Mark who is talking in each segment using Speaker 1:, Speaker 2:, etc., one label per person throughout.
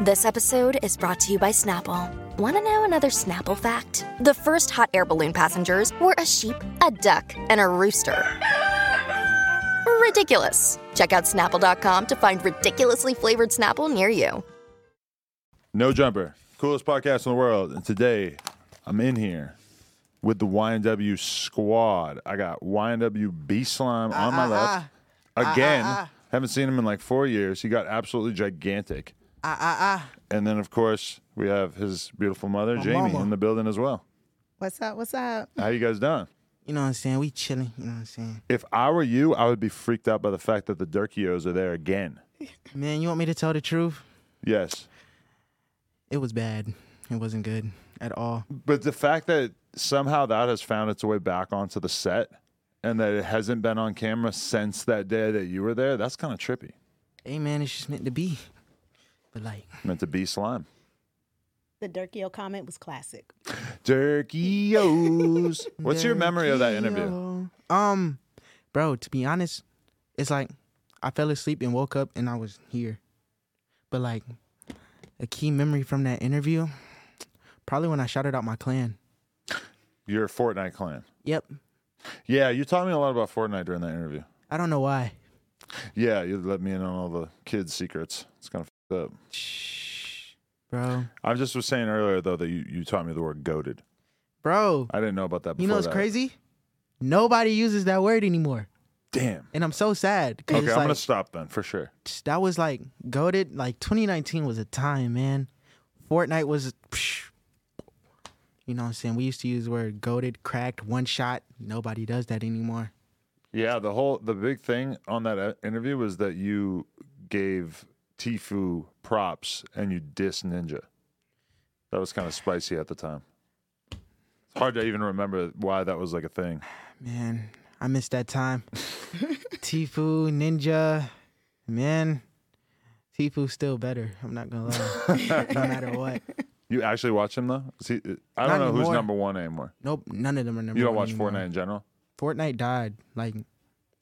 Speaker 1: This episode is brought to you by Snapple. Want to know another Snapple fact? The first hot air balloon passengers were a sheep, a duck, and a rooster. Ridiculous. Check out snapple.com to find ridiculously flavored Snapple near you.
Speaker 2: No Jumper, coolest podcast in the world. And today I'm in here with the YNW squad. I got YNW B Slime on my left. Again, haven't seen him in like four years. He got absolutely gigantic. And then, of course, we have his beautiful mother, Jamie,
Speaker 3: mama.
Speaker 2: in the building as well.
Speaker 3: What's up? What's up?
Speaker 2: How you guys doing?
Speaker 3: You know what I'm saying? We chilling. You know what I'm saying?
Speaker 2: If I were you, I would be freaked out by the fact that the Durkios are there again.
Speaker 3: Man, you want me to tell the truth?
Speaker 2: Yes.
Speaker 3: It was bad. It wasn't good at all.
Speaker 2: But the fact that somehow that has found its way back onto the set and that it hasn't been on camera since that day that you were there, that's kind of trippy.
Speaker 3: Hey, man, it's just meant to be. But like,
Speaker 2: Meant to be slime.
Speaker 4: The Durkio comment was classic.
Speaker 2: Durkios. What's your memory of that interview?
Speaker 3: yo. Um, bro, to be honest, it's like I fell asleep and woke up and I was here. But like, a key memory from that interview, probably when I shouted out my clan.
Speaker 2: Your Fortnite clan.
Speaker 3: Yep.
Speaker 2: Yeah, you taught me a lot about Fortnite during that interview.
Speaker 3: I don't know why.
Speaker 2: Yeah, you let me in on all the kids' secrets. It's kind of up.
Speaker 3: Shh, bro.
Speaker 2: I just was saying earlier though that you, you taught me the word goaded.
Speaker 3: Bro,
Speaker 2: I didn't know about that. Uh, Before
Speaker 3: you know what's
Speaker 2: that.
Speaker 3: crazy? Nobody uses that word anymore.
Speaker 2: Damn.
Speaker 3: and I'm so sad. 'cause
Speaker 2: Okay, I'm
Speaker 3: it's
Speaker 2: gonna
Speaker 3: like,
Speaker 2: stop then for sure.
Speaker 3: that was like goaded. Like 2019 was a time, man. Fortnite was, psh, you know what I'm saying? We used to use the word goaded, cracked, one shot. Nobody does that anymore.
Speaker 2: Yeah, the whole the big thing on that uh, interview was that you gave Tifu props and you diss Ninja. That was kind of spicy at the time. It's hard to even remember why that was like a thing.
Speaker 3: Man, I missed that time. Tifu, Ninja, man. Tifu's still better. I'm not gonna lie. no matter what.
Speaker 2: You actually watch him though? Is he, uh, I don't
Speaker 3: Not
Speaker 2: know who's
Speaker 3: anymore.
Speaker 2: number one anymore.
Speaker 3: Nope, none of them are number
Speaker 2: You don't
Speaker 3: one
Speaker 2: watch
Speaker 3: anymore.
Speaker 2: Fortnite in general.
Speaker 3: Fortnite died like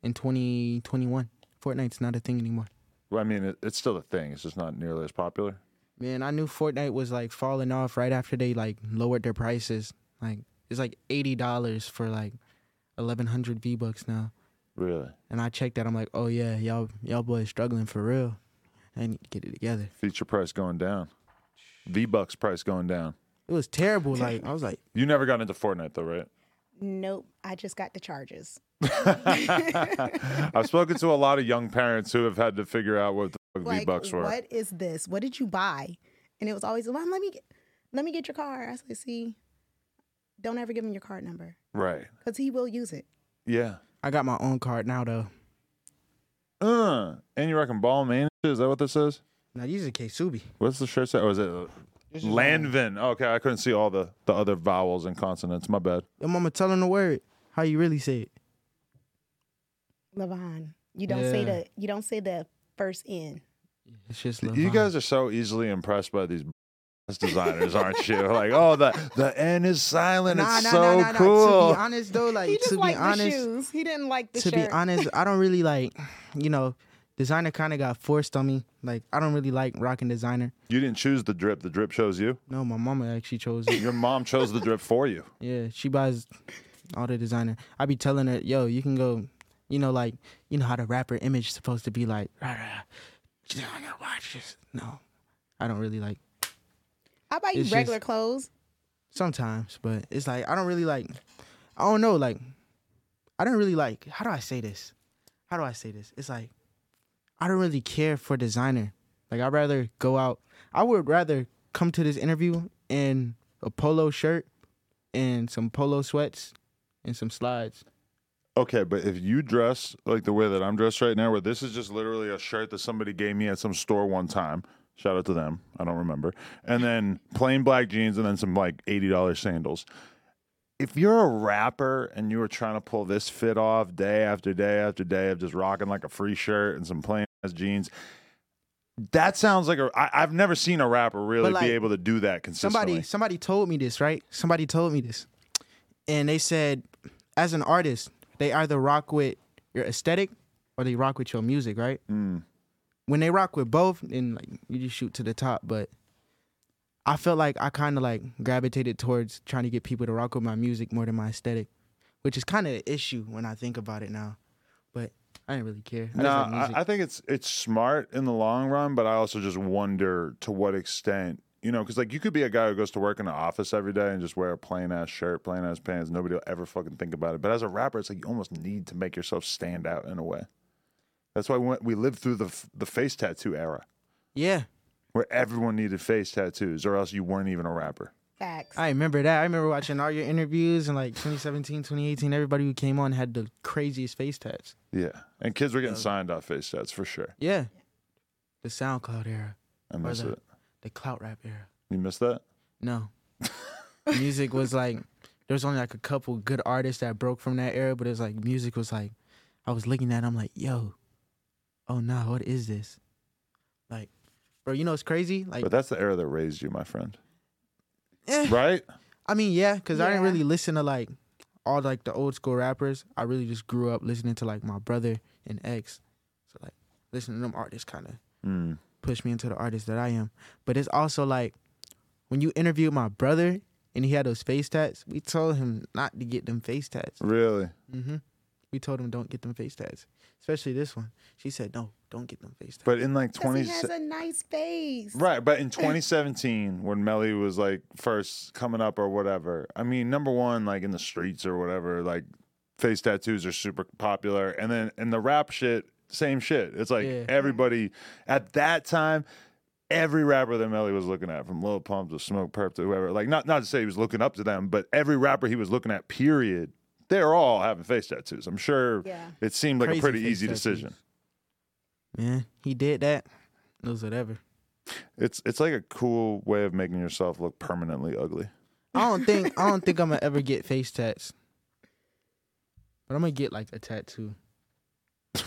Speaker 3: in 2021. Fortnite's not a thing anymore.
Speaker 2: Well, I mean, it, it's still a thing. It's just not nearly as popular.
Speaker 3: Man, I knew Fortnite was like falling off right after they like lowered their prices. Like it's like eighty dollars for like eleven hundred V bucks now.
Speaker 2: Really,
Speaker 3: And I checked that. I'm like, oh yeah, y'all y'all boys struggling for real. I need to get it together.
Speaker 2: feature price going down, V Bucks price going down.
Speaker 3: It was terrible. Like I was like,
Speaker 2: You never got into Fortnite though, right?
Speaker 4: Nope, I just got the charges.
Speaker 2: I've spoken to a lot of young parents who have had to figure out what the fuck V
Speaker 4: Like,
Speaker 2: Bucks were.
Speaker 4: what is this? What did you buy? And it was always, Mom, let me get, let me get your car. I said, see, don't ever give him your card number
Speaker 2: Right.
Speaker 4: because he will use it.
Speaker 2: Yeah.
Speaker 3: I got my own card now though.
Speaker 2: Uh, and you reckon ball man? Is that what this is?
Speaker 3: Now these are Ksubi.
Speaker 2: What's the shirt say? Or is it uh, Landvin? Okay, I couldn't see all the, the other vowels and consonants. My bad.
Speaker 3: Your mama telling the word how you really say it.
Speaker 4: Levon, you don't say
Speaker 3: Yeah.
Speaker 4: the, you don't say the first N.
Speaker 3: It's just
Speaker 2: You
Speaker 3: Levon.
Speaker 2: guys are so easily impressed by these designers, aren't you? Like, oh, the the N is silent.
Speaker 3: Nah,
Speaker 2: it's
Speaker 3: nah,
Speaker 2: so
Speaker 3: nah, nah, nah.
Speaker 2: cool.
Speaker 3: To be honest though, like
Speaker 4: he just
Speaker 3: to be
Speaker 4: liked the
Speaker 3: honest,
Speaker 4: shoes. He didn't like the
Speaker 3: to
Speaker 4: shirt.
Speaker 3: be honest, I don't really like, you know, designer kind of got forced on me. Like, I don't really like rocking designer.
Speaker 2: you didn't choose the drip. The drip chose you.
Speaker 3: No, my mama actually chose it.
Speaker 2: Your mom chose the drip for you.
Speaker 3: Yeah, she buys all the designer. I be telling her, yo, you can go, you know, like, you know how the rapper image is supposed to be like, rah, rah, just on your watches. No, I don't really like.
Speaker 4: I buy you
Speaker 3: it's just-
Speaker 4: regular clothes.
Speaker 3: Sometimes, but it's like I don't really like. I don't know, like I don't really like. How do I say this? How do I say this? It's like I don't really care for designer. Like I'd rather go out. I would rather come to this interview in a polo shirt and some polo sweats and some slides.
Speaker 2: Okay, but if you dress like the way that I'm dressed right now, where this is just literally a shirt that somebody gave me at some store one time, Shout out to them. I don't remember. And then plain black jeans and then some like $80 sandals. If you're a rapper and you were trying to pull this fit off day after day after day of just rocking like a free shirt and some plain ass jeans, that sounds like a. I, I've never seen a rapper really
Speaker 3: like,
Speaker 2: be able to do that consistently.
Speaker 3: somebody somebody told me this right somebody told me this and they said as an artist they either rock with your aesthetic or they rock with your music right
Speaker 2: Mm.
Speaker 3: when they rock with both then like you just shoot to the top but i felt like i kind of like gravitated towards trying to get people to rock with my music more than my aesthetic which is kind of an issue when i think about it now but i didn't really care I
Speaker 2: No,
Speaker 3: just like
Speaker 2: I,
Speaker 3: music.
Speaker 2: I think it's it's smart in the long run, but I also just wonder to what extent you know because like you could be a guy who goes to work in the office every day and just wear a plain ass shirt, plain ass pants. Nobody will ever fucking think about it. But as a rapper, it's like you almost need to make yourself stand out in a way. That's why we, went, we lived through the f- the face tattoo era
Speaker 3: yeah
Speaker 2: where everyone needed face tattoos, or else you weren't even a rapper.
Speaker 4: Facts.
Speaker 3: I remember that. I remember watching all your interviews in like 2017, 2018. Everybody who came on had the craziest face tats.
Speaker 2: Yeah, and kids were getting signed off face tats for sure.
Speaker 3: Yeah. The SoundCloud era,
Speaker 2: I
Speaker 3: Or
Speaker 2: miss
Speaker 3: the-
Speaker 2: it.
Speaker 3: the clout rap era.
Speaker 2: You miss that?
Speaker 3: No. music was like, there was only like a couple good artists that broke from that era, but it was like music was like, I was looking at it, I'm like, yo, oh nah, what is this? Like, bro, you know it's crazy? Like,
Speaker 2: But that's the era that raised you, my friend.
Speaker 3: eh.
Speaker 2: Right?
Speaker 3: I mean, yeah, because I didn't
Speaker 4: Yeah.
Speaker 3: really listen to like all like the old school rappers. I really just grew up listening to like my brother and ex. So like listening to them artists kind of
Speaker 2: Mm.
Speaker 3: pushed me into the artist that I am. But it's also like when you interviewed my brother and he had those face tats, we told him not to get them face tats.
Speaker 2: Really?
Speaker 3: hmm We told him don't get them face tats, especially this one. She said no, don't get them face tats.
Speaker 2: But in like
Speaker 4: 'Cause
Speaker 2: twenty.
Speaker 4: he has a nice face.
Speaker 2: Right, but in 2017, when Melly was like first coming up or whatever, I mean, number one, like in the streets or whatever, like face tattoos are super popular, and then in the rap shit, same shit. It's like
Speaker 3: Yeah.
Speaker 2: everybody at that time, every rapper that Melly was looking at, from Lil Pump to Smoke Perp to whoever, like not not to say he was looking up to them, but every rapper he was looking at, period, they're all having face tattoos. I'm sure
Speaker 4: Yeah.
Speaker 2: it seemed like
Speaker 3: Crazy
Speaker 2: a pretty
Speaker 3: face
Speaker 2: easy
Speaker 3: tattoos.
Speaker 2: decision.
Speaker 3: Man, he did that. It was whatever.
Speaker 2: It's it's like a cool way of making yourself look permanently ugly.
Speaker 3: I don't think I don't think I'm gonna ever get face tats. But I'm gonna get like a tattoo.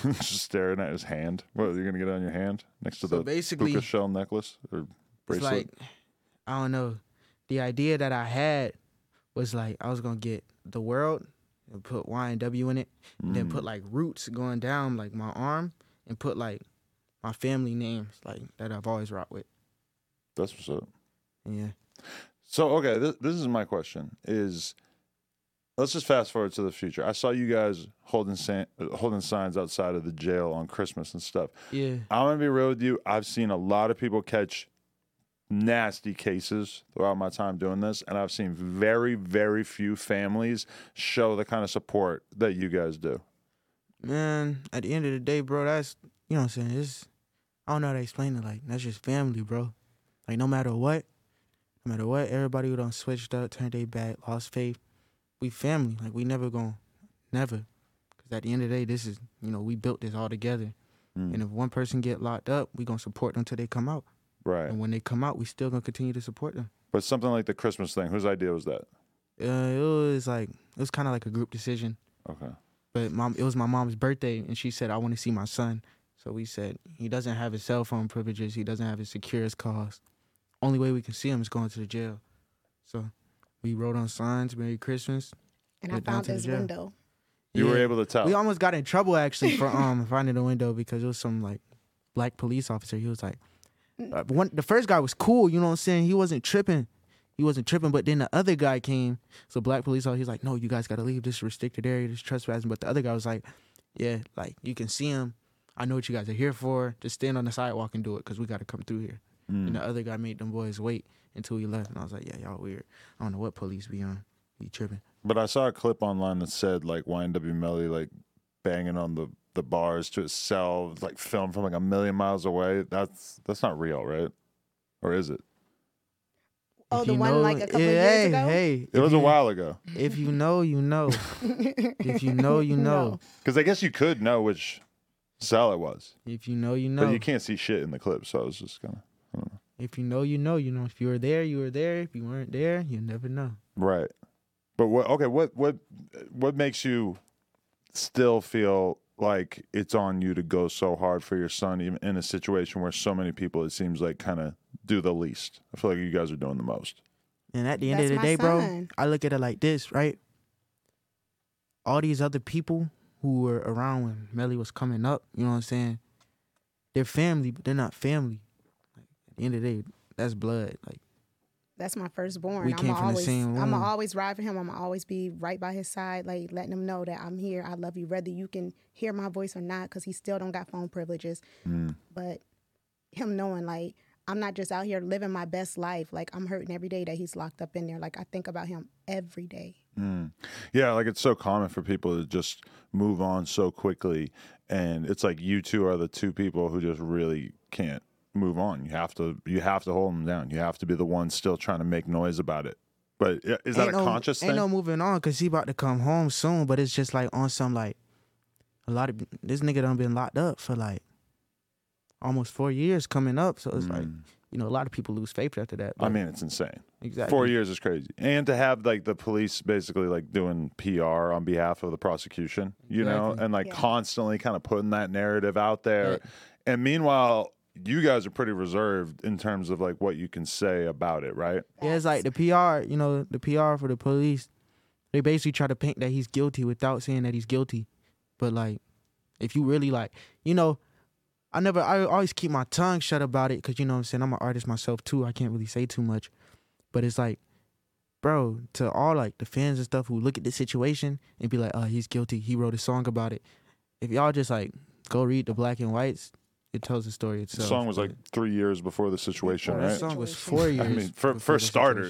Speaker 2: just staring at his hand. What you're gonna get on your hand next to
Speaker 3: So
Speaker 2: the
Speaker 3: basically-
Speaker 2: puka shell necklace or bracelet?
Speaker 3: It's like I don't know. The idea that I had was like I was gonna get the world and put Y and W in it, and then put like roots going down like my arm, and put like my family names like that I've always rocked with.
Speaker 2: That's what's up.
Speaker 3: Yeah.
Speaker 2: So okay, this, this is my question: is let's just fast forward to the future. I saw you guys holding san- uh, holding signs outside of the jail on Christmas and stuff.
Speaker 3: Yeah.
Speaker 2: I'm gonna be real with you. I've seen a lot of people catch nasty cases throughout my time doing this, and I've seen very, very few families show the kind of support that you guys do.
Speaker 3: Man, at the end of the day, bro, that's you know what I'm saying, it's I don't know how to explain it, like that's just family, bro. Like no matter what, no matter what, everybody who done switched up, turned their back, lost faith, we family. Like we never going never. Cause at the end of the day, this is you know, we built this all together. And if one person get locked up, we gonna support them till they come out.
Speaker 2: Right.
Speaker 3: And when they come out, we still gonna continue to support them.
Speaker 2: But something like the Christmas thing, whose idea was that?
Speaker 3: Uh, it was like it was kinda like a group decision.
Speaker 2: Okay.
Speaker 3: but mom it was my mom's birthday and she said i want to see my son so we said he doesn't have his cell phone privileges he doesn't have his securest calls only way we can see him is going to the jail so we wrote on signs merry christmas
Speaker 4: And
Speaker 3: Went
Speaker 4: I
Speaker 3: down
Speaker 4: found
Speaker 3: to the
Speaker 4: his
Speaker 3: jail.
Speaker 4: window.
Speaker 2: You were
Speaker 3: Yeah.
Speaker 2: able to tell.
Speaker 3: we almost got in trouble actually for um finding the window because it was some like black police officer he was like uh, one the first guy was cool you know what i'm saying he wasn't tripping he wasn't tripping but then the other guy came so black police officer he's like no you guys gotta leave this is restricted area this is trespassing but the other guy was like yeah like you can see him i know what you guys are here for just stand on the sidewalk and do it because we gotta come through here
Speaker 2: Mm.
Speaker 3: and the other guy made them boys wait until he left and i was like yeah y'all weird i don't know what police be on he tripping
Speaker 2: but I saw a clip online that said like YNW Melly like banging on the, the bars to itself, like filmed from like a million miles away. That's that's not real, right? Or is it?
Speaker 4: Oh,
Speaker 3: If
Speaker 4: the
Speaker 3: you
Speaker 4: one
Speaker 3: know-
Speaker 4: like a couple
Speaker 3: yeah,
Speaker 4: years
Speaker 3: hey,
Speaker 4: ago.
Speaker 3: hey
Speaker 2: It
Speaker 3: if
Speaker 2: was a
Speaker 3: you-
Speaker 2: while ago.
Speaker 3: If you know, you know. if you know, you know.
Speaker 2: Because I guess you could know which cell it was,
Speaker 3: If you know, you know.
Speaker 2: but you can't see shit in the clip. So I was just gonna. I don't know.
Speaker 3: If you know, you know. You know, if you were there, you were there. If you weren't there, you never know.
Speaker 2: Right. But what? Okay. What? What? What makes you still feel like it's on you to go so hard for your son, even in a situation where so many people, it seems like, kind of do the least? I feel like you guys are doing the most.
Speaker 3: And at the end of
Speaker 4: That's
Speaker 3: the
Speaker 4: my
Speaker 3: day, bro,
Speaker 4: son.
Speaker 3: I look at it like this, right? All these other people who were around when Melly was coming up, you know what I'm saying? They're family, but they're not family. Like, at the end of the day, that's blood. Like
Speaker 4: That's my firstborn.
Speaker 3: We came
Speaker 4: I'm
Speaker 3: from the
Speaker 4: always,
Speaker 3: same
Speaker 4: I'm
Speaker 3: womb.
Speaker 4: always ride for him. I'm always be right by his side, like letting him know that I'm here. I love you, whether you can hear my voice or not, because he still don't got phone privileges.
Speaker 3: Mm.
Speaker 4: But him knowing, like, I'm not just out here living my best life. Like, I'm hurting every day that he's locked up in there. Like, I think about him every day.
Speaker 2: Mm. Yeah, like it's so common for people to just move on so quickly, and it's like you two are the two people who just really can't move on. You have to, you have to hold them down. You have to be the one still trying to make noise about it. But i- is that
Speaker 3: ain't
Speaker 2: a
Speaker 3: no,
Speaker 2: conscious
Speaker 3: ain't
Speaker 2: thing?
Speaker 3: no moving on because he about to come home soon. But it's just like on some like a lot of this nigga done been locked up for like almost four years coming up. So it's like
Speaker 2: Mm.
Speaker 3: you know a lot of people lose faith after that.
Speaker 2: I
Speaker 3: but-
Speaker 2: mean, it's insane.
Speaker 3: exactly
Speaker 2: Four years is crazy, and to have like the police basically like doing PR on behalf of the prosecution, you know,
Speaker 3: Exactly.
Speaker 2: and like
Speaker 4: Yeah.
Speaker 2: constantly kind of putting that narrative out there.
Speaker 3: Right.
Speaker 2: And meanwhile, you guys are pretty reserved in terms of like what you can say about it, right?
Speaker 3: Yeah, it's like the PR, you know, the PR for the police. They basically try to paint that he's guilty without saying that he's guilty. But like, if you really like, you know, I never, I always keep my tongue shut about it because you know what I'm saying. I'm an artist myself too. I can't really say too much. But it's like, bro, to all like the fans and stuff who look at the situation and be like, oh, he's guilty. He wrote a song about it. If y'all just like go read the black and whites, it tells the story
Speaker 2: The
Speaker 3: itself.
Speaker 2: song was
Speaker 3: but-
Speaker 2: like three years before the situation,
Speaker 4: Before
Speaker 3: that
Speaker 2: right?
Speaker 3: song was
Speaker 4: Situation.
Speaker 3: four years.
Speaker 2: I mean, for,
Speaker 3: before
Speaker 2: for
Speaker 3: the situation.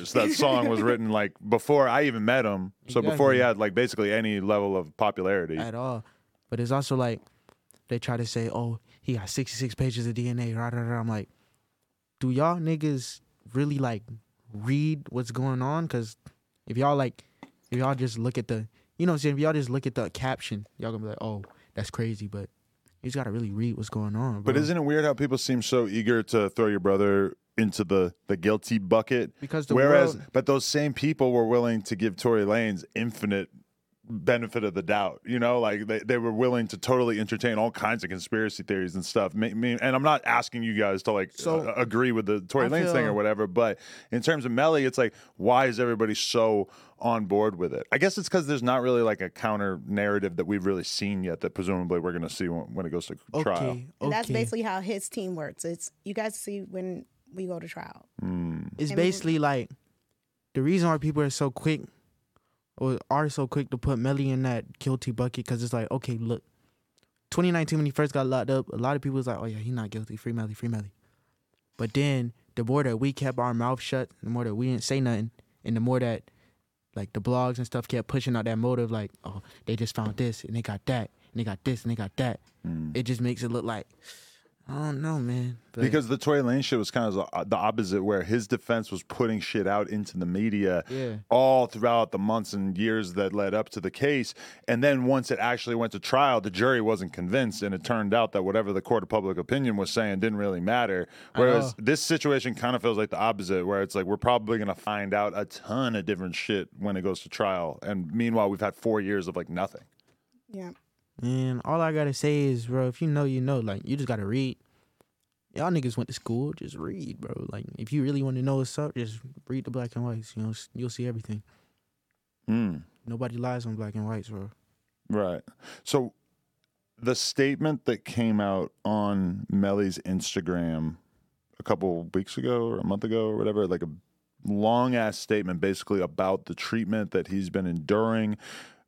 Speaker 2: starters, that song was written like before I even met him. So before he
Speaker 3: Exactly.
Speaker 2: had like basically any level of popularity.
Speaker 3: at all. But it's also like they try to say, "Oh, he got 66 pages of DNA." Rah, rah, rah. I'm like, do y'all niggas really like read what's going on? Because if y'all like, if y'all just look at the, you know, what I'm saying, if y'all just look at the caption, y'all gonna be like, "Oh, that's crazy," but you just gotta really read what's going on.
Speaker 2: But
Speaker 3: bro.
Speaker 2: isn't it weird how people seem so eager to throw your brother into the, the guilty bucket?
Speaker 3: Because the
Speaker 2: Whereas,
Speaker 3: world-
Speaker 2: but those same people were willing to give Tory Lanez infinite benefit of the doubt. You know, like they, they were willing to totally entertain all kinds of conspiracy theories and stuff. Me, me, and I'm not asking you guys to like
Speaker 3: So-
Speaker 2: uh, agree with the Tory
Speaker 3: I
Speaker 2: Lanez thing or
Speaker 3: feel-
Speaker 2: whatever, but in terms of Melly, it's like, why is everybody so on board with it? I guess it's because there's not really like a counter narrative that we've really seen yet that presumably we're going to see when, when it goes to
Speaker 3: okay,
Speaker 2: trial.
Speaker 3: okay,
Speaker 4: And that's basically how his team works. It's you guys see when we go to trial.
Speaker 3: it's
Speaker 4: I mean-
Speaker 3: basically like the reason why people are so quick or are so quick to put Melly in that guilty bucket because it's like, okay, look, 2019 when he first got locked up, a lot of people was like, oh yeah, he's not guilty, free Melly, free Melly. But then the more that we kept our mouth shut, the more that we didn't say nothing, and the more that like the blogs and stuff kept pushing out that motive, like, oh, they just found this and they got that and they got this and they got that. It just makes it look like, I don't know, man. But-
Speaker 2: Because the Tory Lane shit was kind of the- the opposite, where his defense was putting shit out into the media
Speaker 3: Yeah.
Speaker 2: all throughout the months and years that led up to the case. And then once it actually went to trial, the jury wasn't convinced, and it turned out that whatever the court of public opinion was saying didn't really matter. Whereas this situation kind of feels like the opposite, where it's like we're probably going to find out a ton of different shit when it goes to trial. And meanwhile, we've had four years of like nothing.
Speaker 4: Yeah.
Speaker 3: And all I gotta say is, bro, if you know, you know. Like, you just gotta read. Y'all niggas went to school, just read, bro. Like, if you really want to know what's up, just read the black and whites. You know, s- you'll see everything.
Speaker 2: Mm.
Speaker 3: Nobody lies on black and whites, bro.
Speaker 2: Right. So the statement that came out on Melly's Instagram a couple weeks ago or a month ago or whatever, like a long ass statement basically about the treatment that he's been enduring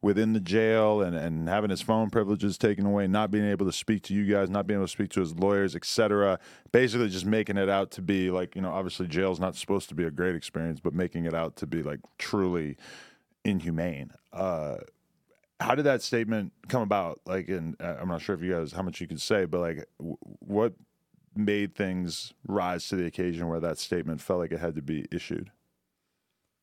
Speaker 2: within the jail and, and having his phone privileges taken away, not being able to speak to you guys, not being able to speak to his lawyers, etc. Basically just making it out to be like, you know, obviously jail's not supposed to be a great experience, but making it out to be like truly inhumane. Uh how did that statement come about? Like, and uh, I'm not sure if you guys how much you can say, but like, w- what made things rise to the occasion where that statement felt like it had to be issued?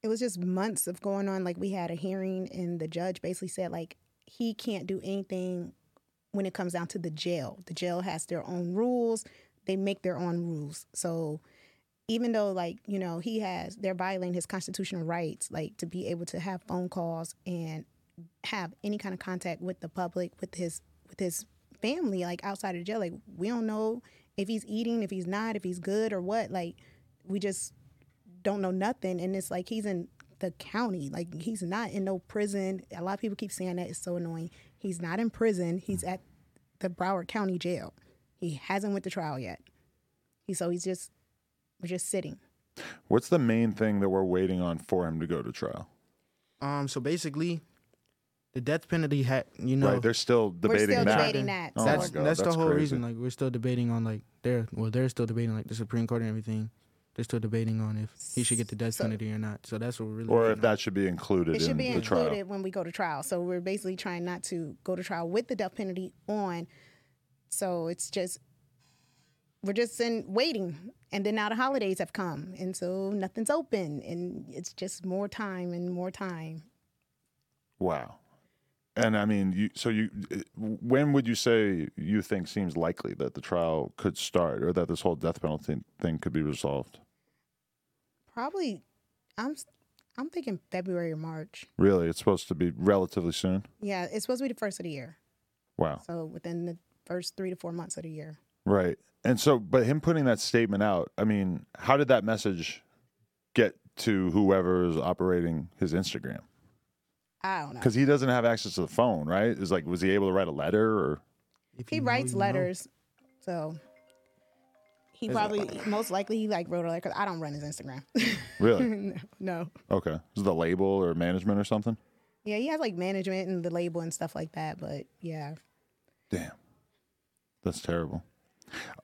Speaker 4: it was just months of going on. Like we had a hearing, and the judge basically said like he can't do anything when it comes down to the jail. The jail has their own rules. They make their own rules. So even though like you know he has they're violating his constitutional rights like to be able to have phone calls and have any kind of contact with the public with his with his family like outside of jail like we don't know if he's eating if he's not if he's good or what like we just don't know nothing and it's like he's in the county like he's not in no prison a lot of people keep saying that it's so annoying he's not in prison he's at the broward county jail he hasn't went to trial yet he so he's just we're just sitting
Speaker 2: What's the main thing that we're waiting on for him to go to trial?
Speaker 3: Um, so basically, the death penalty had you know
Speaker 2: right, they're still debating
Speaker 4: we're still
Speaker 2: that.
Speaker 4: debating that
Speaker 2: Oh my
Speaker 3: that's
Speaker 4: so
Speaker 2: God,
Speaker 3: that's, the
Speaker 2: that's
Speaker 3: whole
Speaker 2: crazy.
Speaker 3: reason. Like we're still debating on like they're well they're still debating like the Supreme Court and everything. They're still debating on if he should get the death
Speaker 4: So-
Speaker 3: penalty or not. So that's what we're really.
Speaker 2: Or
Speaker 3: waiting
Speaker 2: if
Speaker 3: on.
Speaker 2: that should be included
Speaker 4: it should
Speaker 2: in
Speaker 4: be
Speaker 2: the trial.
Speaker 4: included when we go to trial so we're basically trying not to go to trial with the death penalty on so it's just we're just in waiting and then now the holidays have come and so nothing's open and it's just more time and more time
Speaker 2: Wow. And I mean, you, so you, uh, when would you say you think seems likely that the trial could start or that this whole death penalty thing could be resolved?
Speaker 4: probably i'm i'm thinking february or march
Speaker 2: Really, it's supposed to be relatively soon.
Speaker 4: yeah it's supposed to be the first of the year
Speaker 2: Wow.
Speaker 4: so within the first three to four months of the year
Speaker 2: Right. And so, but him putting that statement out, I mean, how did that message get to whoever's operating his Instagram?
Speaker 4: i don't know
Speaker 2: Because he doesn't have access to the phone, right? It's like, was he able to write a letter or?
Speaker 3: If
Speaker 4: he
Speaker 3: you know,
Speaker 4: writes
Speaker 3: you know.
Speaker 4: letters, so he
Speaker 2: Is it-
Speaker 4: probably most likely he like wrote a letter because I don't run his Instagram.
Speaker 2: Really?
Speaker 4: no, no,
Speaker 2: okay. Is it the label or management or something?
Speaker 4: yeah, he has like management and the label and stuff like that. But yeah,
Speaker 2: Damn, that's terrible.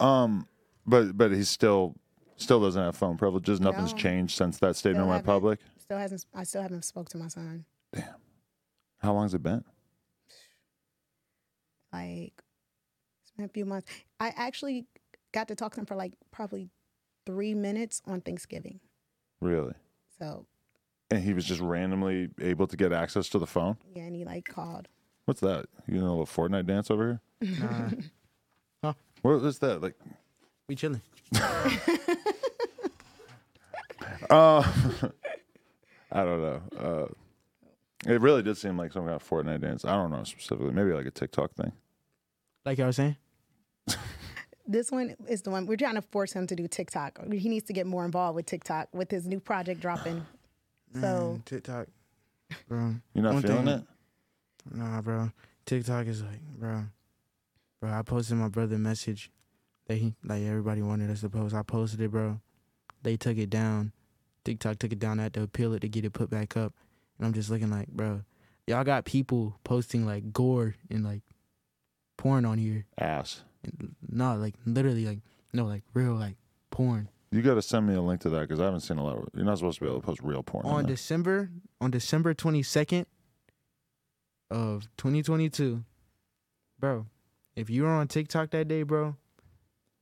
Speaker 2: Um, but but he still still doesn't have phone privileges. Nothing's
Speaker 4: No.
Speaker 2: changed since that statement
Speaker 4: Still
Speaker 2: went
Speaker 4: haven't.
Speaker 2: public.
Speaker 4: still hasn't. I still haven't spoke to my son.
Speaker 2: How long's it been?
Speaker 4: Like it's been a few months. I actually got to talk to him for like probably three minutes on Thanksgiving.
Speaker 2: Really?
Speaker 4: So
Speaker 2: And he was just randomly able to get access to the phone.
Speaker 4: yeah, and he like called.
Speaker 2: What's that? You know, a little Fortnite dance over here.
Speaker 3: Nah,
Speaker 2: What is that? Like,
Speaker 3: we chilling.
Speaker 2: uh, I don't know. Uh, it really did seem like some kind of Fortnite dance. I don't know specifically. Maybe like a TikTok thing.
Speaker 3: Like I was saying,
Speaker 4: This one is the one we're trying to force him to do TikTok. He needs to get more involved with TikTok with his new project dropping. So.
Speaker 3: Mm, TikTok, bro.
Speaker 2: You're not
Speaker 3: One
Speaker 2: feeling
Speaker 3: thing-
Speaker 2: it?
Speaker 3: Nah, bro. TikTok is like, bro, bro. I posted my brother a message that he like everybody wanted us to post. I posted it, bro. They took it down. TikTok took it down. I had to appeal it to get it put back up. And I'm just looking like, bro, y'all got people posting like gore and like porn on here.
Speaker 2: Ass.
Speaker 3: And, no, like literally, like no, like real like porn.
Speaker 2: You got to send me a link to that because I haven't seen a lot. Of, you're not supposed to be able to post real porn.
Speaker 3: on
Speaker 2: On this,
Speaker 3: December on December 22nd of 2022, bro. If you were on TikTok that day, bro,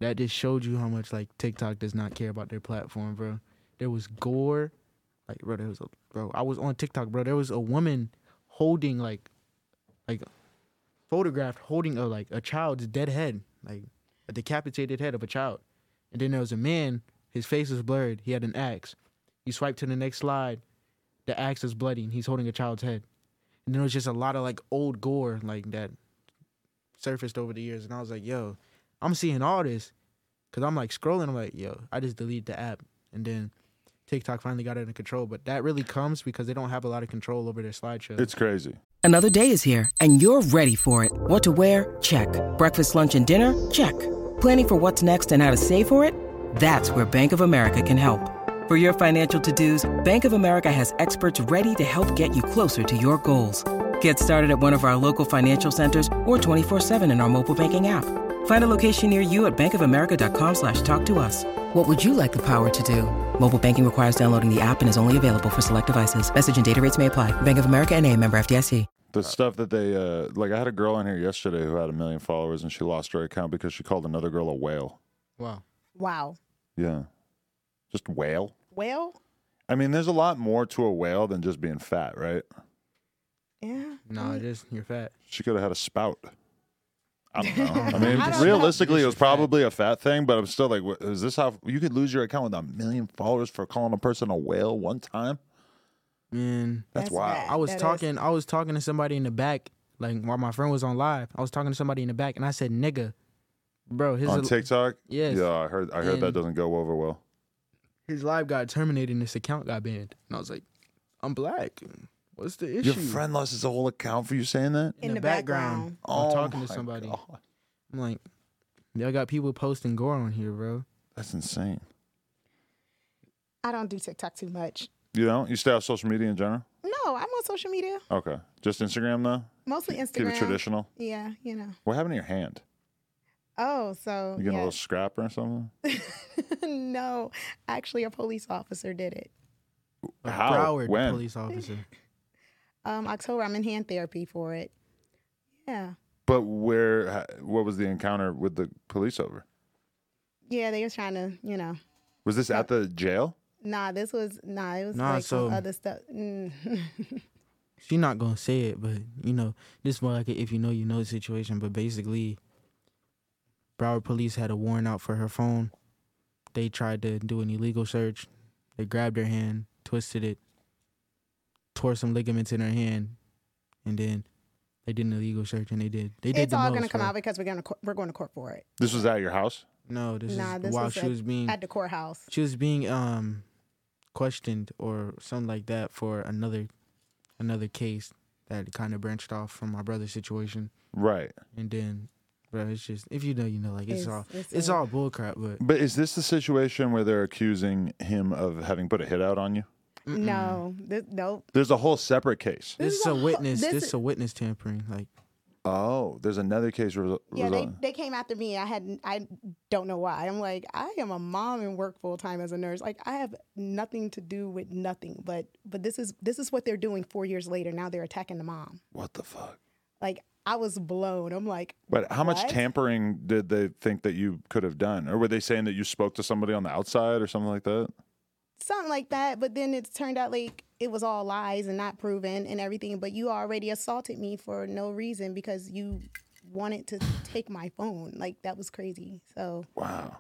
Speaker 3: that just showed you how much like TikTok does not care about their platform, bro. There was gore, like bro. There was a bro. I was on TikTok, bro. There was a woman holding like, like, photographed holding a like a child's dead head, like a decapitated head of a child. And then there was a man. His face was blurred. He had an axe. You swipe to the next slide, the axe is bloody and he's holding a child's head. And there was just a lot of like old gore like that surfaced over the years. And I was like, yo, I'm seeing all this. Cause I'm like scrolling, I'm like, yo, I just delete the app. And then TikTok finally got it under control. But that really comes because they don't have a lot of control over their slideshow.
Speaker 2: it's crazy.
Speaker 5: Another day is here, and you're ready for it. What to wear? Check. Breakfast, lunch, and dinner? Check. Planning for what's next and how to save for it? That's where Bank of America can help. For your financial to dos, Bank of America has experts ready to help get you closer to your goals. Get started at one of our local financial centers or 24-7 in our mobile banking app. Find a location near you at bankofamerica.com slash talk to us. What would you like the power to do? Mobile banking requires downloading the app and is only available for select devices. Message and data rates may apply. Bank of America and a member FDIC.
Speaker 2: The stuff that they uh, like, I had a girl on here yesterday who had a million followers, and she lost her account because she called another girl a whale.
Speaker 3: wow.
Speaker 4: Wow.
Speaker 2: Yeah, just whale.
Speaker 4: Well,
Speaker 2: I mean, there's a lot more to a whale than just being fat, right?
Speaker 4: yeah. Mm,
Speaker 3: No, just you're fat.
Speaker 2: She could have had a spout. I don't know. I mean,
Speaker 4: I don't
Speaker 2: realistically, it was probably a fat thing, but I'm still like, wh- is this how you could lose your account with a million followers for calling a person a whale one time?
Speaker 3: Man,
Speaker 2: That's,
Speaker 4: That's
Speaker 2: wild.
Speaker 4: bad.
Speaker 3: I was
Speaker 4: That is-
Speaker 3: talking. I was talking to somebody in the back, like while my friend was on live. I was talking to somebody in the back, and I said, "Nigga, bro, his
Speaker 2: On TikTok,
Speaker 3: Yes.
Speaker 2: yeah, I heard. I heard that
Speaker 3: And-
Speaker 2: doesn't go over well.
Speaker 3: his live got terminated, and his account got banned." And I was like, "I'm black. What's the issue?"
Speaker 2: Your friend lost his whole account for you saying that. Oh
Speaker 3: in,
Speaker 4: In
Speaker 3: the
Speaker 4: the
Speaker 3: background,
Speaker 4: background.
Speaker 3: I'm talking to
Speaker 2: my
Speaker 3: somebody.
Speaker 2: God.
Speaker 3: I'm like, "Y'all got people posting gore on here, bro."
Speaker 2: That's insane.
Speaker 4: I don't do TikTok too much.
Speaker 2: You don't? You stay off social media in general?
Speaker 4: No, I'm on social media,
Speaker 2: Okay. Just Instagram though?
Speaker 4: mostly Instagram.
Speaker 2: Keep it traditional.
Speaker 4: Yeah, you know.
Speaker 2: What happened to your hand?
Speaker 4: Oh, so
Speaker 2: You getting a little scrapper or something?
Speaker 4: yeah. no, actually, a police officer did it.
Speaker 3: A
Speaker 2: How?
Speaker 3: Broward
Speaker 2: When?
Speaker 3: police officer.
Speaker 4: Um, October, I'm in hand therapy for it. Yeah,
Speaker 2: But where ha- what was the encounter with the police over?
Speaker 4: yeah, they were trying to, you know.
Speaker 2: Was this at the jail?
Speaker 4: Nah, this was nah. It was
Speaker 3: Nah,
Speaker 4: like
Speaker 3: so-
Speaker 4: some other stuff. Mm.
Speaker 3: She not gonna say it, but you know, this more like a if you know you know situation. But basically, Broward police had a warrant out for her phone. They tried to do an illegal search. They grabbed her hand, twisted it, tore some ligaments in her hand, and then they did an illegal search and they did. They did
Speaker 4: it's
Speaker 3: the
Speaker 4: all
Speaker 3: most,
Speaker 4: gonna come
Speaker 3: bro.
Speaker 4: out because we're gonna co- we're going to court for it.
Speaker 2: This was at your house?
Speaker 3: No, this
Speaker 4: nah,
Speaker 3: is
Speaker 4: this
Speaker 3: while
Speaker 4: was
Speaker 3: she
Speaker 4: at,
Speaker 3: was being
Speaker 4: at the courthouse.
Speaker 3: she was being um questioned or something like that for another another case that kind of branched off from my brother's situation
Speaker 2: Right.
Speaker 3: and then bro it's just if you know you know like it's,
Speaker 4: It's-
Speaker 3: all it's,
Speaker 4: it's a-
Speaker 3: all bullcrap but
Speaker 2: But is this the situation where they're accusing him of having put a hit out on you?
Speaker 4: No, this, nope.
Speaker 2: There's a whole separate case.
Speaker 3: this,
Speaker 4: is
Speaker 3: is mm. a
Speaker 4: a ho-
Speaker 3: witness this,
Speaker 4: this
Speaker 3: is a witness tampering like
Speaker 2: Oh, there's another case re-
Speaker 4: Yeah, they,
Speaker 2: resolved.
Speaker 4: they came after me. I had I don't know why. I'm like I am a mom and work full time as a nurse. Like I have nothing to do with nothing. But but this is this is what they're doing four years later. Now they're attacking the mom.
Speaker 2: What the fuck?
Speaker 4: Like I was blown. I'm like
Speaker 2: But how much
Speaker 4: What?
Speaker 2: tampering did they think that you could have done? Or were they saying that you spoke to somebody on the outside or something like that?
Speaker 4: something like that. But then it turned out like it was all lies and not proven and everything. But you already assaulted me for no reason because you wanted to take my phone. Like that was crazy. So
Speaker 2: Wow.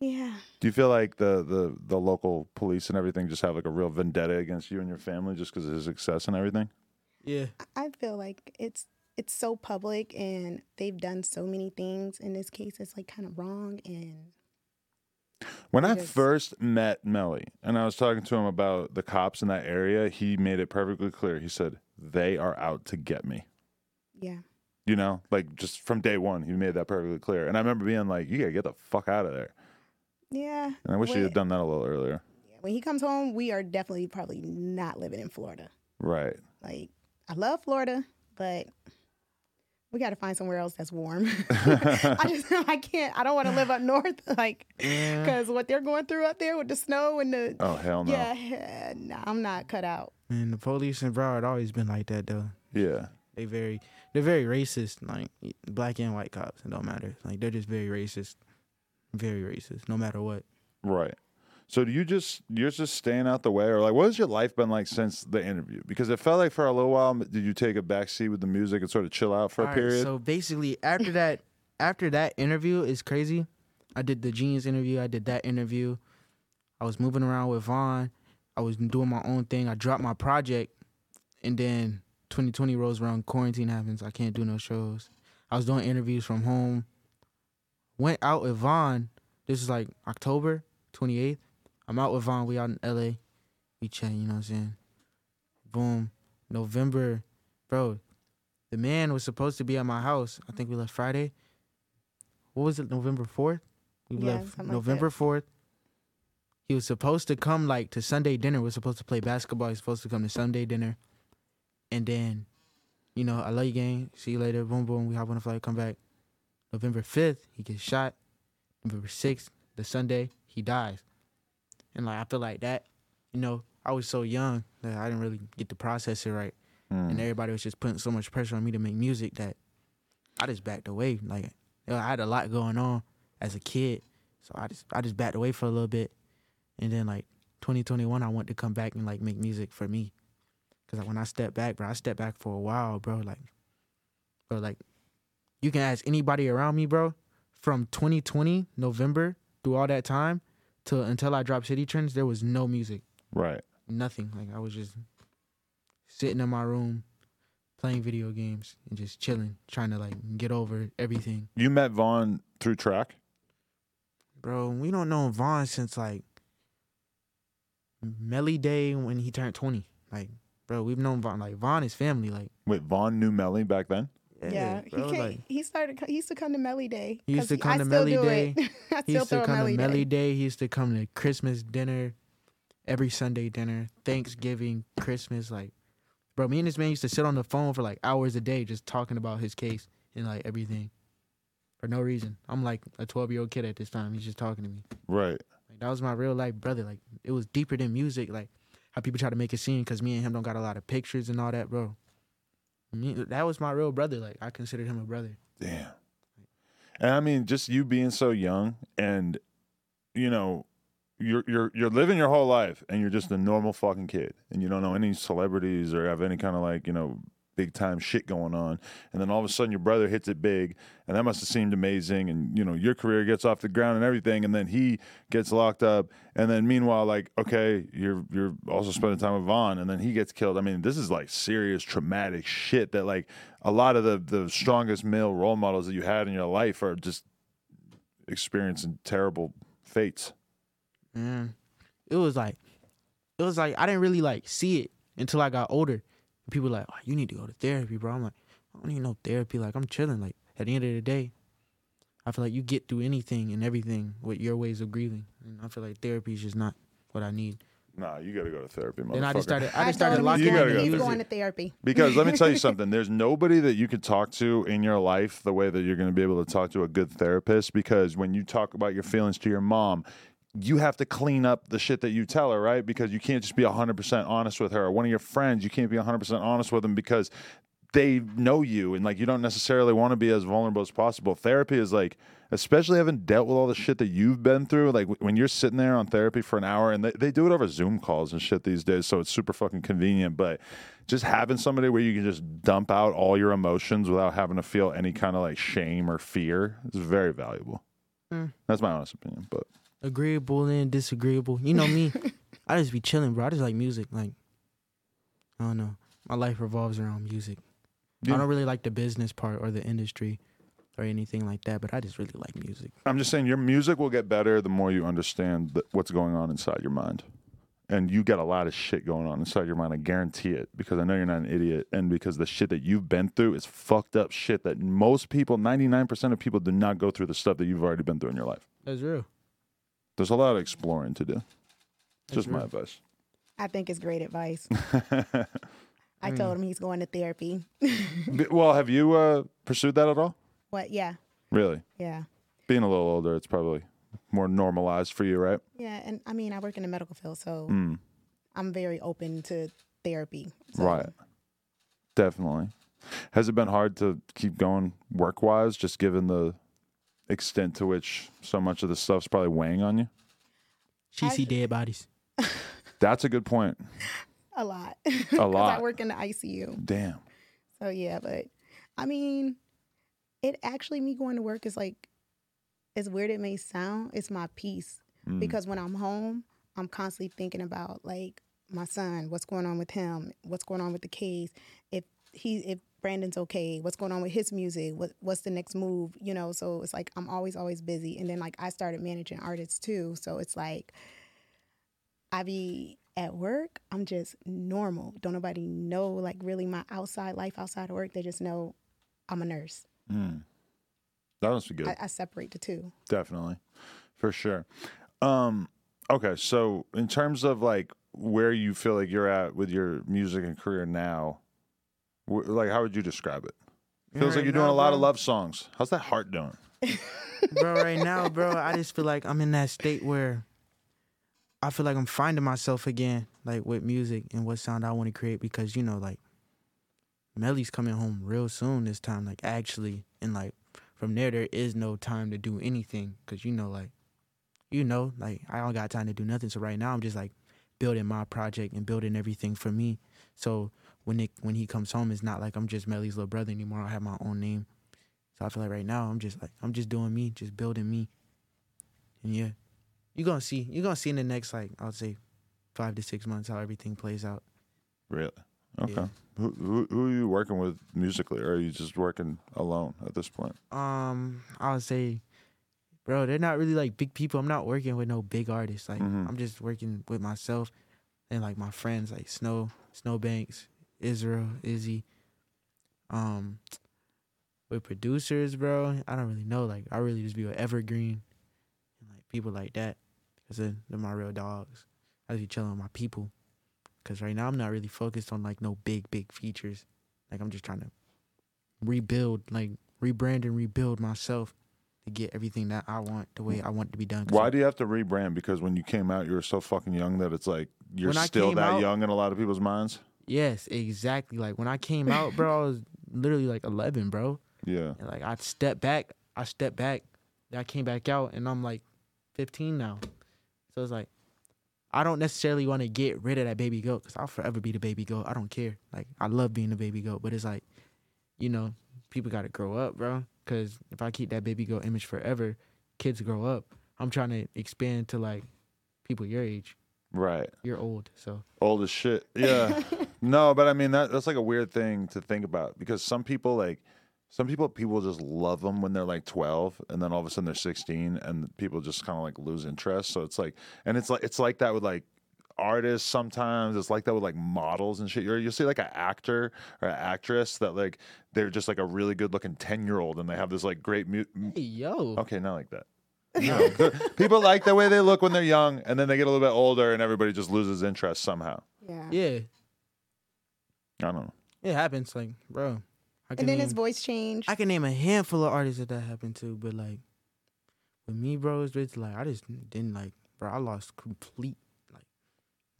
Speaker 4: yeah.
Speaker 2: Do you feel like the, the, the local police and everything just have like a real vendetta against you and your family just because of his success and everything?
Speaker 3: yeah
Speaker 4: I feel like it's it's so public and they've done so many things in this case it's like kind of wrong and
Speaker 2: When I
Speaker 4: It is.
Speaker 2: first met Melly and I was talking to him about the cops in that area, he made it perfectly clear. He said, they are out to get me.
Speaker 4: yeah
Speaker 2: You know, like just from day one, he made that perfectly clear. And I remember being like, you gotta get the fuck out of there.
Speaker 4: yeah
Speaker 2: And I wish he
Speaker 4: when,
Speaker 2: had done that a little earlier.
Speaker 4: when he comes home we are definitely probably not living in Florida
Speaker 2: Right.
Speaker 4: like I love Florida but we got to find somewhere else that's warm I just I can't I don't want to live up north like because what they're going through up there with the snow and the
Speaker 2: Oh, hell no.
Speaker 4: yeah yeah nah, I'm not cut out
Speaker 3: man the police in broward always been like that though
Speaker 2: yeah.
Speaker 3: they very they're very racist like black and white cops it don't matter like they're just very racist very racist no matter what
Speaker 2: Right. So do you just you're just staying out the way, or like what has your life been like since the interview? Because it felt like for a little while, did you take a back seat with the music and sort of chill out for a
Speaker 3: All right,
Speaker 2: period?
Speaker 3: so basically, after that, after that interview is crazy. I did the genius interview. I did that interview. I was moving around with Vaughn. I was doing my own thing. I dropped my project, and then 2020 rolls around. Quarantine happens. I can't do no shows. I was doing interviews from home. Went out with Vaughn. This is like October 28th. I'm out with Vaughn. We out in LA. We chat. You know what I'm saying? Boom. November, bro. The man was supposed to be at my house. I think we left Friday. What was it, November 4th? We
Speaker 4: Yeah,
Speaker 3: left
Speaker 4: something like
Speaker 3: November
Speaker 4: that.
Speaker 3: 4th. He was supposed to come like to Sunday dinner. We're supposed to play basketball. He's supposed to come to Sunday dinner. And then, you know, I love you, gang. See you later. Boom, boom. We hop on the flight, come back. November 5th, he gets shot. November 6th, the Sunday, he dies. And like, I feel like that, you know, I was so young that I didn't really get to process it right. And everybody was just putting so much pressure on me to make music that I just backed away. Like, you know, I had a lot going on as a kid. So I just, I just backed away for a little bit. And then like 2021, I want to come back and like make music for me. Cause like when I stepped back, bro, I stepped back for a while, bro. Like, bro, like You can ask anybody around me, bro. From 2020 November through all that time to until I dropped City Trends, there was no music,
Speaker 2: Right.
Speaker 3: nothing. Like I was just sitting in my room playing video games and just chilling, trying to like get over everything.
Speaker 2: You met Vaughn through track.
Speaker 3: Bro, we don't know Vaughn since like Melly Day when he turned 20. Like, bro, we've known Vaughn. Like, Vaughn is family. Like,
Speaker 2: Wait, Vaughn knew Melly back then.
Speaker 4: Yeah,
Speaker 3: bro,
Speaker 4: he came,
Speaker 3: like-
Speaker 4: he started. co- He used to come to Melly Day.
Speaker 3: He used
Speaker 4: 'cause
Speaker 3: to come
Speaker 4: I
Speaker 3: to
Speaker 4: still
Speaker 3: Melly
Speaker 4: do
Speaker 3: Day.
Speaker 4: It. I
Speaker 3: He
Speaker 4: still
Speaker 3: used to
Speaker 4: throw a
Speaker 3: come
Speaker 4: Melly
Speaker 3: to Melly
Speaker 4: Day.
Speaker 3: Day. He used to come to Christmas dinner, every Sunday dinner, Thanksgiving, Christmas. Like, bro, me and this man used to sit on the phone for like hours a day just talking about his case and like everything for no reason. I'm like a 12 year old kid at this time. He's just talking to me.
Speaker 2: Right.
Speaker 3: Like, that was my real life brother. Like, it was deeper than music. Like, how people try to make a scene because me and him don't got a lot of pictures and all that, bro. Me, that was my real brother. Like, I considered him a brother.
Speaker 2: Damn. And I mean, just you being so young, and you know, you're you're you're living your whole life, and you're just a normal fucking kid, and you don't know any celebrities or have any kind of like you know big time shit going on. And then all of a sudden, your brother hits it big, and that must have seemed amazing. And you know, your career gets off the ground and everything, and then he gets locked up, and then meanwhile, like okay, you're you're also spending time with Vaughn, and then he gets killed. I mean, this is like serious traumatic shit that like a lot of the the strongest male role models that you had in your life are just experiencing terrible fates.
Speaker 3: Mm. It was like, it was like I didn't really like see it until I got older. People were like, oh, you need to go to therapy, bro. I'm like, I don't need no therapy. Like I'm chilling. Like at the end of the day, I feel like you get through anything and everything with your ways of grieving. And I feel like therapy is just not what I need.
Speaker 2: Nah, you got to go to therapy, motherfucker.
Speaker 3: Then I just started.
Speaker 4: I
Speaker 3: I just
Speaker 4: told
Speaker 3: started
Speaker 4: him
Speaker 3: locking
Speaker 4: he's
Speaker 2: You
Speaker 3: in
Speaker 2: gotta
Speaker 4: going,
Speaker 2: go
Speaker 4: to-
Speaker 3: the
Speaker 4: he's
Speaker 2: through
Speaker 3: music.
Speaker 4: going to therapy.
Speaker 2: Because let me tell you something. There's nobody that you can talk to in your life the way that you're going to be able to talk to a good therapist. Because when you talk about your feelings to your mom, you have to clean up the shit that you tell her, right? Because you can't just be 100% honest with her. Or one of your friends, you can't be 100% honest with them because they know you and like you don't necessarily want to be as vulnerable as possible. Therapy is like, especially having dealt with all the shit that you've been through. Like wh- when you're sitting there on therapy for an hour and they, they do it over Zoom calls and shit these days. So it's super fucking convenient. But just having somebody where you can just dump out all your emotions without having to feel any kind of like shame or fear is very valuable. That's my honest opinion. But
Speaker 3: agreeable and disagreeable. You know me. I just be chilling, bro. I just like music. Like, I don't know. My life revolves around music.
Speaker 2: Yeah.
Speaker 3: I don't really like the business part or the industry or anything like that, but I just really like music.
Speaker 2: I'm just saying your music will get better the more you understand th- what's going on inside your mind. And you got a lot of shit going on inside your mind. I guarantee it because I know you're not an idiot and because the shit that you've been through is fucked up shit that most people, 99% of people, do not go through the stuff that you've already been through in your life.
Speaker 3: That's real.
Speaker 2: There's a lot of exploring to do. Just my
Speaker 3: real.
Speaker 2: advice.
Speaker 4: I think it's great advice. I told him he's going to therapy.
Speaker 3: Mm.
Speaker 2: B- well, have you uh, pursued that at all?
Speaker 4: But yeah,
Speaker 2: Really?
Speaker 4: yeah,
Speaker 2: Being a little older, it's probably more normalized for you, right?
Speaker 4: yeah. And I mean, I work in the medical field, so
Speaker 2: Mm.
Speaker 4: I'm very open to therapy. So,
Speaker 2: Right. Definitely. Has it been hard to keep going work wise, just given the extent to which so much of the stuff's probably weighing on you?
Speaker 3: She
Speaker 4: I-
Speaker 3: see dead bodies.
Speaker 2: That's a good point.
Speaker 4: A lot.
Speaker 2: A
Speaker 4: 'Cause
Speaker 2: lot.
Speaker 4: I work in the ICU.
Speaker 2: Damn.
Speaker 4: So yeah, but I mean, it actually me going to work is like as weird it may sound, it's my peace
Speaker 2: Mm.
Speaker 4: because when I'm home, I'm constantly thinking about like my son, what's going on with him, what's going on with the kids, if he if Brandon's okay, what's going on with his music, what what's the next move, you know? So it's like I'm always always busy, and then like I started managing artists too, so it's like I be at work, I'm just normal. Don't nobody know like really my outside life outside of work. They just know I'm a nurse.
Speaker 2: Mm. That must be good.
Speaker 4: I, I separate the two.
Speaker 2: Definitely. For sure. Um, okay. So, in terms of like where you feel like you're at with your music and career now, wh- like how would you describe it? Feels like
Speaker 3: Right
Speaker 2: you're doing
Speaker 3: now,
Speaker 2: a lot of
Speaker 3: bro.
Speaker 2: love songs. How's that heart doing?
Speaker 3: bro, right now, bro, I just feel like I'm in that state where I feel like I'm finding myself again, like with music and what sound I want to create because you know, like Melly's coming home real soon this time, like actually, and like from there, there is no time to do anything because you know, like you know, like I don't got time to do nothing. So right now, I'm just like building my project and building everything for me. So when it when he comes home, it's not like I'm just Melly's little brother anymore. I have my own name. So I feel like right now I'm just like I'm just doing me, just building me. And yeah. You're gonna see. You're gonna see in the next like I'll say five to six months how everything plays out.
Speaker 2: Really? Okay.
Speaker 3: Yeah.
Speaker 2: Who, who who are you working with musically, or are you just working alone at this point?
Speaker 3: Um, I would say, bro, they're not really like big people. I'm not working with no big artists. Like
Speaker 2: Mhm.
Speaker 3: I'm just working with myself and like my friends, like Snow, Snowbanks, Israel, Izzy. Um, with producers, bro, I don't really know. Like I really just be with Evergreen and like people like that, cause they're, they're my real dogs. I just be chilling with my people, cause right now I'm not really focused on like no big big features. Like I'm just trying to rebuild, like rebrand and rebuild myself to get everything that I want the way I want it to be done. 'Cause
Speaker 2: Why do you have to rebrand? Because when you came out, you were so fucking young that it's like you're
Speaker 3: When I
Speaker 2: still
Speaker 3: came
Speaker 2: that
Speaker 3: out-
Speaker 2: young in a lot of people's minds.
Speaker 3: Yes, exactly. Like when I came out, bro, I was literally like 11, bro.
Speaker 2: Yeah.
Speaker 3: And like I stepped back, I stepped back, then I came back out, and I'm like 15 now. So it's like I don't necessarily want to get rid of that baby goat because I'll forever be the baby goat. I don't care. Like I love being the baby goat, but it's like you know people got to grow up, bro. Because if I keep that baby goat image forever, kids grow up. I'm trying to expand to like people your age.
Speaker 2: Right.
Speaker 3: You're old, so
Speaker 2: Old as shit. Yeah. no, but I mean that that's like a weird thing to think about because some people like some people people just love them when they're like 12 and then all of a sudden they're 16 and people just kind of like lose interest. So it's like and it's like it's like that with like artists sometimes it's like that with like models and shit You're, you'll see like an actor or an actress that like they're just like a really good looking 10 year old and they have this like great mu-
Speaker 3: hey, yo,
Speaker 2: Okay, not like that. No. The- people like the way they look when they're young, and then they get a little bit older, and everybody just loses interest somehow.
Speaker 4: Yeah.
Speaker 3: yeah,
Speaker 2: I don't know.
Speaker 3: it happens. Like bro, I
Speaker 4: And then his
Speaker 3: name-
Speaker 4: voice changed.
Speaker 3: I can name a handful of artists that that happened to, but like with me, bro, it's basically like I just didn't like, bro. I lost complete like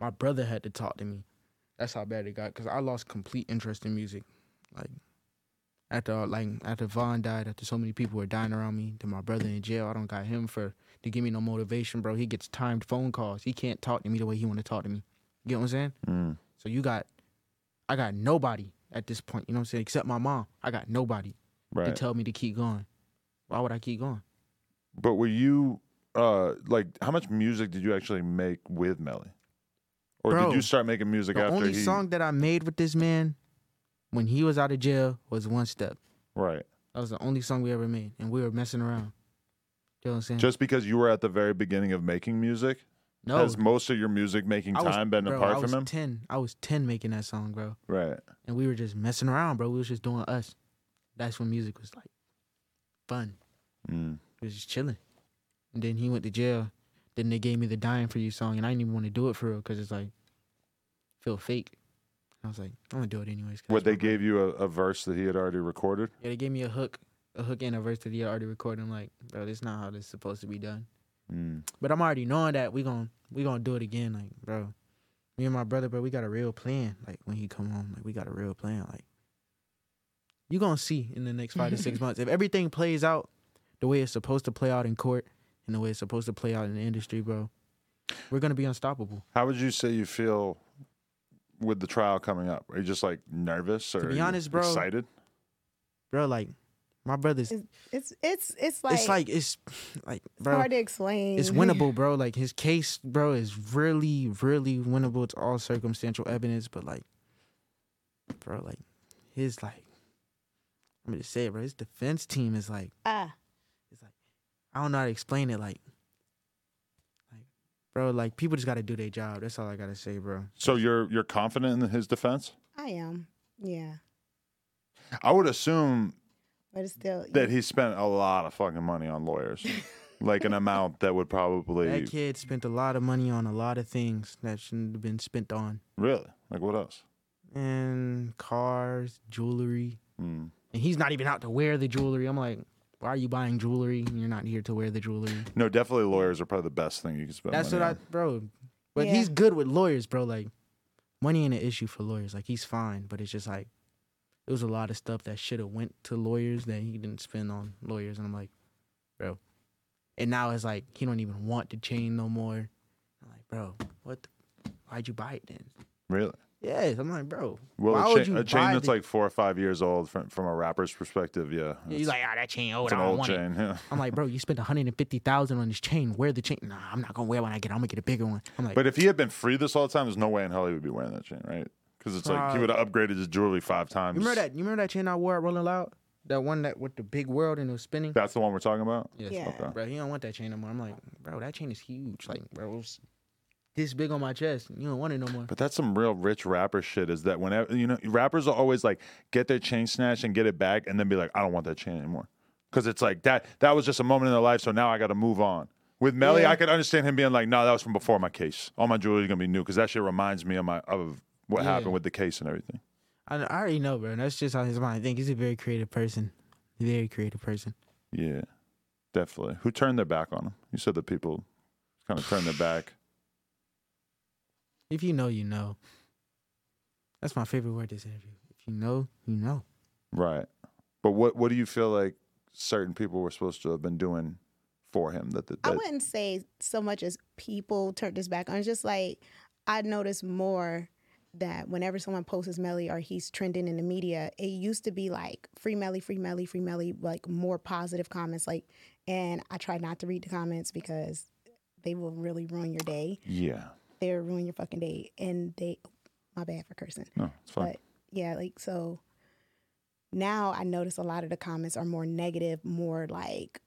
Speaker 3: my brother had to talk to me. That's how bad it got because I lost complete interest in music. Like after all- like after Vaughn died, after so many people were dying around me, then my brother in jail. I don't got him for to give me no motivation, bro. He gets timed phone calls. He can't talk to me the way he want to talk to me. You get what I'm saying?
Speaker 2: Mm.
Speaker 3: So you got, I got nobody at this point. You know what I'm saying? Except my mom. I got nobody
Speaker 2: Right.
Speaker 3: to tell me to keep going. Why would I keep going?
Speaker 2: but were you uh like how much music did you actually make with Melly? Or
Speaker 3: Bro,
Speaker 2: did you start making music
Speaker 3: the
Speaker 2: after
Speaker 3: only
Speaker 2: he
Speaker 3: song that I made with this man when he was out of jail was One Step.
Speaker 2: Right.
Speaker 3: That was the only song we ever made, and we were messing around. You know what I'm saying?
Speaker 2: Just because you were at the very beginning of making music?
Speaker 3: Mm. no.
Speaker 2: Has most of your music making
Speaker 3: I was-
Speaker 2: time been
Speaker 3: bro,
Speaker 2: apart
Speaker 3: I was
Speaker 2: from him?
Speaker 3: Ten. I was ten making that song, bro,
Speaker 2: Right.
Speaker 3: and we were just messing around, bro. We was just doing us. That's when music was like fun.
Speaker 2: Mm.
Speaker 3: It was just chilling. And then he went to jail. Then they gave me the dying for you song, and I didn't even want to do it for real because it's like feel fake. I was like, I'm gonna do it anyways. 'cause
Speaker 2: What
Speaker 3: that's
Speaker 2: they
Speaker 3: my brother.
Speaker 2: gave you a, a verse that he had already recorded?
Speaker 3: Yeah, they gave me a hook, a hook and a verse that he had already recorded. I'm like, bro, this not how this is supposed to be done.
Speaker 2: Mm.
Speaker 3: But I'm already knowing that we gon' we gonna do it again. Like, bro, me and my brother, bro, we got a real plan. Like when he come home, like we got a real plan. Like you gonna see in the next five to six months if everything plays out the way it's supposed to play out in court and the way it's supposed to play out in the industry, bro. We're gonna be unstoppable.
Speaker 2: How would you say you feel with the trial coming up? Are you just like nervous or
Speaker 3: be
Speaker 2: are you
Speaker 3: honest, bro,
Speaker 2: excited?
Speaker 3: Bro, like my brother's
Speaker 4: It's it's it's, it's like
Speaker 3: it's like it's like
Speaker 4: it's
Speaker 3: bro
Speaker 4: hard to explain.
Speaker 3: It's winnable, bro. Like his case, bro, is really, really winnable. It's all circumstantial evidence, but like, bro, like his like, I'm gonna say it, bro. His defense team is like,
Speaker 4: Ah,
Speaker 3: I don't know how to explain it. Like, like, bro, like people just gotta do their job. That's all I gotta say, bro.
Speaker 2: So you're you're confident in his defense?
Speaker 4: I am. Yeah,
Speaker 2: I would assume
Speaker 4: but it's still
Speaker 2: that he spent a lot of fucking money on lawyers, like an amount that would probably
Speaker 3: That kid spent a lot of money on a lot of things that shouldn't have been spent on,
Speaker 2: really like what else?
Speaker 3: and cars, jewelry.
Speaker 2: Mm.
Speaker 3: and he's not even out to wear the jewelry. I'm like, why are you buying jewelry? You're not here to wear the jewelry.
Speaker 2: No, definitely lawyers are probably the best thing you can spend.
Speaker 3: That's what
Speaker 2: money
Speaker 3: I,
Speaker 2: on.
Speaker 3: bro. But
Speaker 4: Yeah.
Speaker 3: he's good with lawyers, bro. Like, money ain't an issue for lawyers. Like, he's fine, but it's just like, it was a lot of stuff that should have went to lawyers that he didn't spend on lawyers, and I'm like, bro. And now it's like he don't even want the chain no more. I'm like, bro, what? The, why'd you buy it then?
Speaker 2: really.
Speaker 3: Yes, I'm like, bro.
Speaker 2: Well,
Speaker 3: why
Speaker 2: a,
Speaker 3: would
Speaker 2: cha-
Speaker 3: you
Speaker 2: a chain
Speaker 3: buy
Speaker 2: that's
Speaker 3: the-
Speaker 2: like four or five years old from, from a rapper's perspective, yeah.
Speaker 3: you're like, ah, that chain old.
Speaker 2: it's
Speaker 3: I
Speaker 2: an
Speaker 3: don't
Speaker 2: old
Speaker 3: want it.
Speaker 2: chain. Yeah.
Speaker 3: I'm like, bro, you spent 150,000 on this chain. Wear the chain. Nah, I'm not gonna wear one. I get. it. I'm gonna get a bigger one. I'm like,
Speaker 2: But if he had been free this all the time, there's no way in hell he would be wearing that chain, right? Because it's like he
Speaker 3: Uh,
Speaker 2: would have upgraded his jewelry five times.
Speaker 3: you remember that? You remember that chain I wore at Rolling Loud? That one that with the big world and it was spinning.
Speaker 2: That's the one we're talking about.
Speaker 3: Yes.
Speaker 4: Yeah.
Speaker 2: Okay.
Speaker 3: Bro, you don't want that chain no more. I'm like, bro, that chain is huge. Like, bro, it was this big on my chest. You don't want it no more.
Speaker 2: But that's some real rich rapper shit. Is that whenever you know rappers will always like get their chain snatched and get it back, and then be like, I don't want that chain anymore, because it's like that. That was just a moment in their life, so now I got to move on. With Melly, I could understand him being like, No, that was from before my case. All my jewelry's gonna be new because that shit reminds me of my of what
Speaker 3: Yeah.
Speaker 2: happened with the case and everything.
Speaker 3: I, I already know, bro. That's just how his mind think. He's a very creative person. Very creative person.
Speaker 2: Yeah, definitely. Who turned their back on him? You said the people kind of turned their back.
Speaker 3: If you know, you know. That's my favorite word this interview. If you know, you know.
Speaker 2: Right. But what what do you feel like certain people were supposed to have been doing for him that, that,
Speaker 4: I
Speaker 2: that
Speaker 4: wouldn't say so much as people turned this back on. It's just like I noticed more that whenever someone posts Melly or he's trending in the media, it used to be like free Melly, free Melly, free Melly, like more positive comments. Like, and I try not to read the comments because they will really ruin your day.
Speaker 2: Yeah.
Speaker 4: They will ruin your fucking day, and they, my bad for cursing.
Speaker 2: No, it's fine.
Speaker 4: But yeah, like so now I notice a lot of the comments are more negative, more like,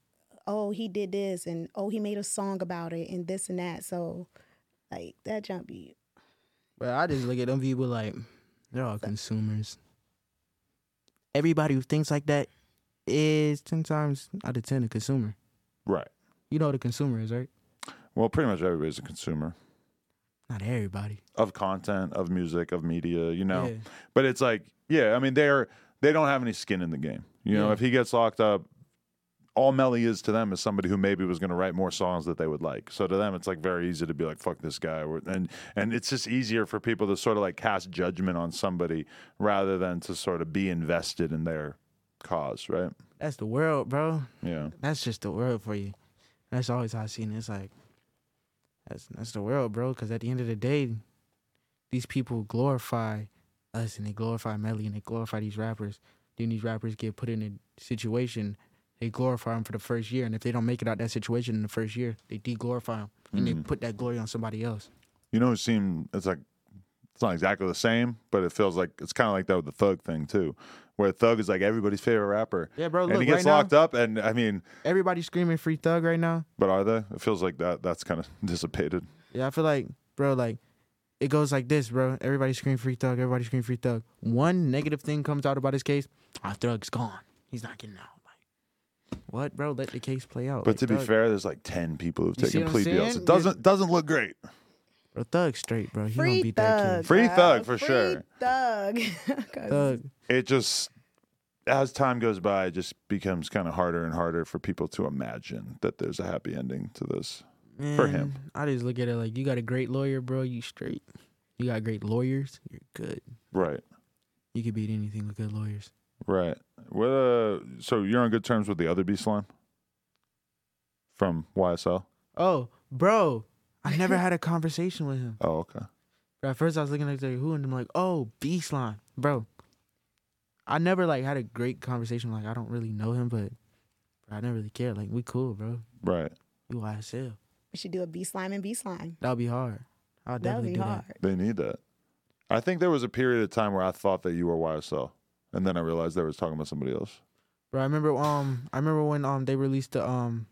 Speaker 4: oh, he did this and oh, he made a song about it and this and that. So like that jump you.
Speaker 3: But I just look at them people like, they're all consumers. Everybody who thinks like that is 10 times out of 10 a consumer.
Speaker 2: right.
Speaker 3: You know what a consumer is, right?
Speaker 2: Well, pretty much everybody's a consumer
Speaker 3: Not everybody.
Speaker 2: of content, of music, of media, you know.
Speaker 3: Yeah.
Speaker 2: But it's like, yeah, I mean they're they don't have any skin in the game. You know,
Speaker 3: Yeah.
Speaker 2: if he gets locked up, all Melly is to them is somebody who maybe was going to write more songs that they would like. So to them, it's like very easy to be like, "Fuck this guy," or- and and it's just easier for people to sort of like cast judgment on somebody rather than to sort of be invested in their cause, right?
Speaker 3: That's the world, bro.
Speaker 2: Yeah,
Speaker 3: That's just the world for you. That's always how I seen it. It's like, that's, that's the world, bro. Because at the end of the day, these people glorify us and they glorify Melly and they glorify these rappers. Then these rappers get put in a situation, they glorify them for the first year. And if they don't make it out that situation in the first year, they de glorify them and
Speaker 2: Mm.
Speaker 3: they put that glory on somebody else.
Speaker 2: you know, it seemed it's like it's not exactly the same, but it feels like it's kind of like that with the Thug thing too, where Thug is like everybody's favorite rapper.
Speaker 3: Yeah, bro,
Speaker 2: And he
Speaker 3: look,
Speaker 2: gets
Speaker 3: right now-
Speaker 2: locked up, and I mean,
Speaker 3: Everybody screaming free thug right now.
Speaker 2: but are they? It feels like that. That's kind of dissipated.
Speaker 3: Yeah, I feel like, bro, like it goes like this, bro. Everybody scream free thug. Everybody scream free thug. One negative thing comes out about his case. Our thug's gone. He's not getting out. Like, what, bro? Let the case play out.
Speaker 2: But
Speaker 3: Like,
Speaker 2: to be
Speaker 3: Thug-
Speaker 2: fair, there's like ten people who've
Speaker 3: You see
Speaker 2: taken
Speaker 3: what I'm
Speaker 2: plea deals.
Speaker 3: saying?
Speaker 2: It doesn't doesn't look great.
Speaker 3: bro, thug straight, bro. He
Speaker 4: Free
Speaker 3: gonna beat
Speaker 4: thug.
Speaker 3: that
Speaker 2: Free
Speaker 4: bro.
Speaker 2: Thug, for
Speaker 4: Free
Speaker 2: sure.
Speaker 4: Thug.
Speaker 3: kid.
Speaker 4: 'Cause
Speaker 3: Thug.
Speaker 2: It just as time goes by, it just becomes kind of harder and harder for people to imagine that there's a happy ending to this. For him.
Speaker 3: Man, I just look at it like you got a great lawyer, bro. You straight. You got great lawyers. You're good.
Speaker 2: Right.
Speaker 3: You could beat anything with good lawyers.
Speaker 2: Right. What? Uh, so you're on good terms with the other beast line from YSL.
Speaker 3: Oh, bro. I never had a conversation with him.
Speaker 2: Oh, okay.
Speaker 3: Bro, at first I was looking at like who, and I'm like, oh, Beastline, bro. I never like had a great conversation. Like I don't really know him, but bro, I never really care. Like we cool, bro.
Speaker 2: Right.
Speaker 3: You YSL.
Speaker 4: We should do a B slime and B slime.
Speaker 3: That'll be hard. I'll
Speaker 4: That
Speaker 3: definitely
Speaker 4: would be
Speaker 3: do
Speaker 4: hard.
Speaker 3: that.
Speaker 2: They need that. I think there was a period of time where I thought that you were YSL, and then I realized they was talking about somebody else.
Speaker 3: Bro, I remember um I remember when um they released the um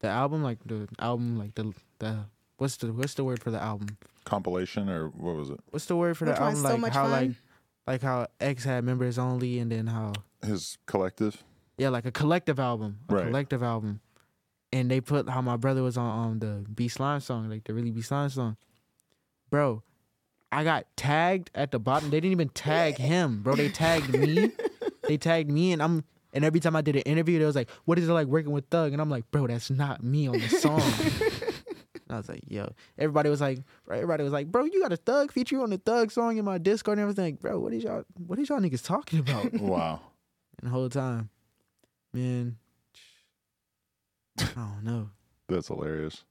Speaker 3: the album like the album like the the what's the what's the word for the album?
Speaker 2: Compilation or what was it?
Speaker 3: What's the word for
Speaker 4: Which
Speaker 3: the album?
Speaker 4: one's So
Speaker 3: Like
Speaker 4: Much
Speaker 3: how
Speaker 4: Fun?
Speaker 3: like like how X had members only, and then how
Speaker 2: His collective.
Speaker 3: Yeah, like a collective album. A
Speaker 2: Right.
Speaker 3: collective album. And they put how my brother was on um, the B Slime song, like the really B Slime song. Bro, I got tagged at the bottom. They didn't even tag him, bro. They tagged me. they tagged me and I'm and every time I did an interview, they was like, What is it like working with Thug? And I'm like, bro, that's not me on the song. And I was like, yo. Everybody was like, everybody was like, bro, you got a thug feature you on the thug song in my Discord and everything. Like, bro, what is y'all what is y'all niggas talking about?
Speaker 2: Wow.
Speaker 3: and the whole time, man, I don't know
Speaker 2: That's hilarious.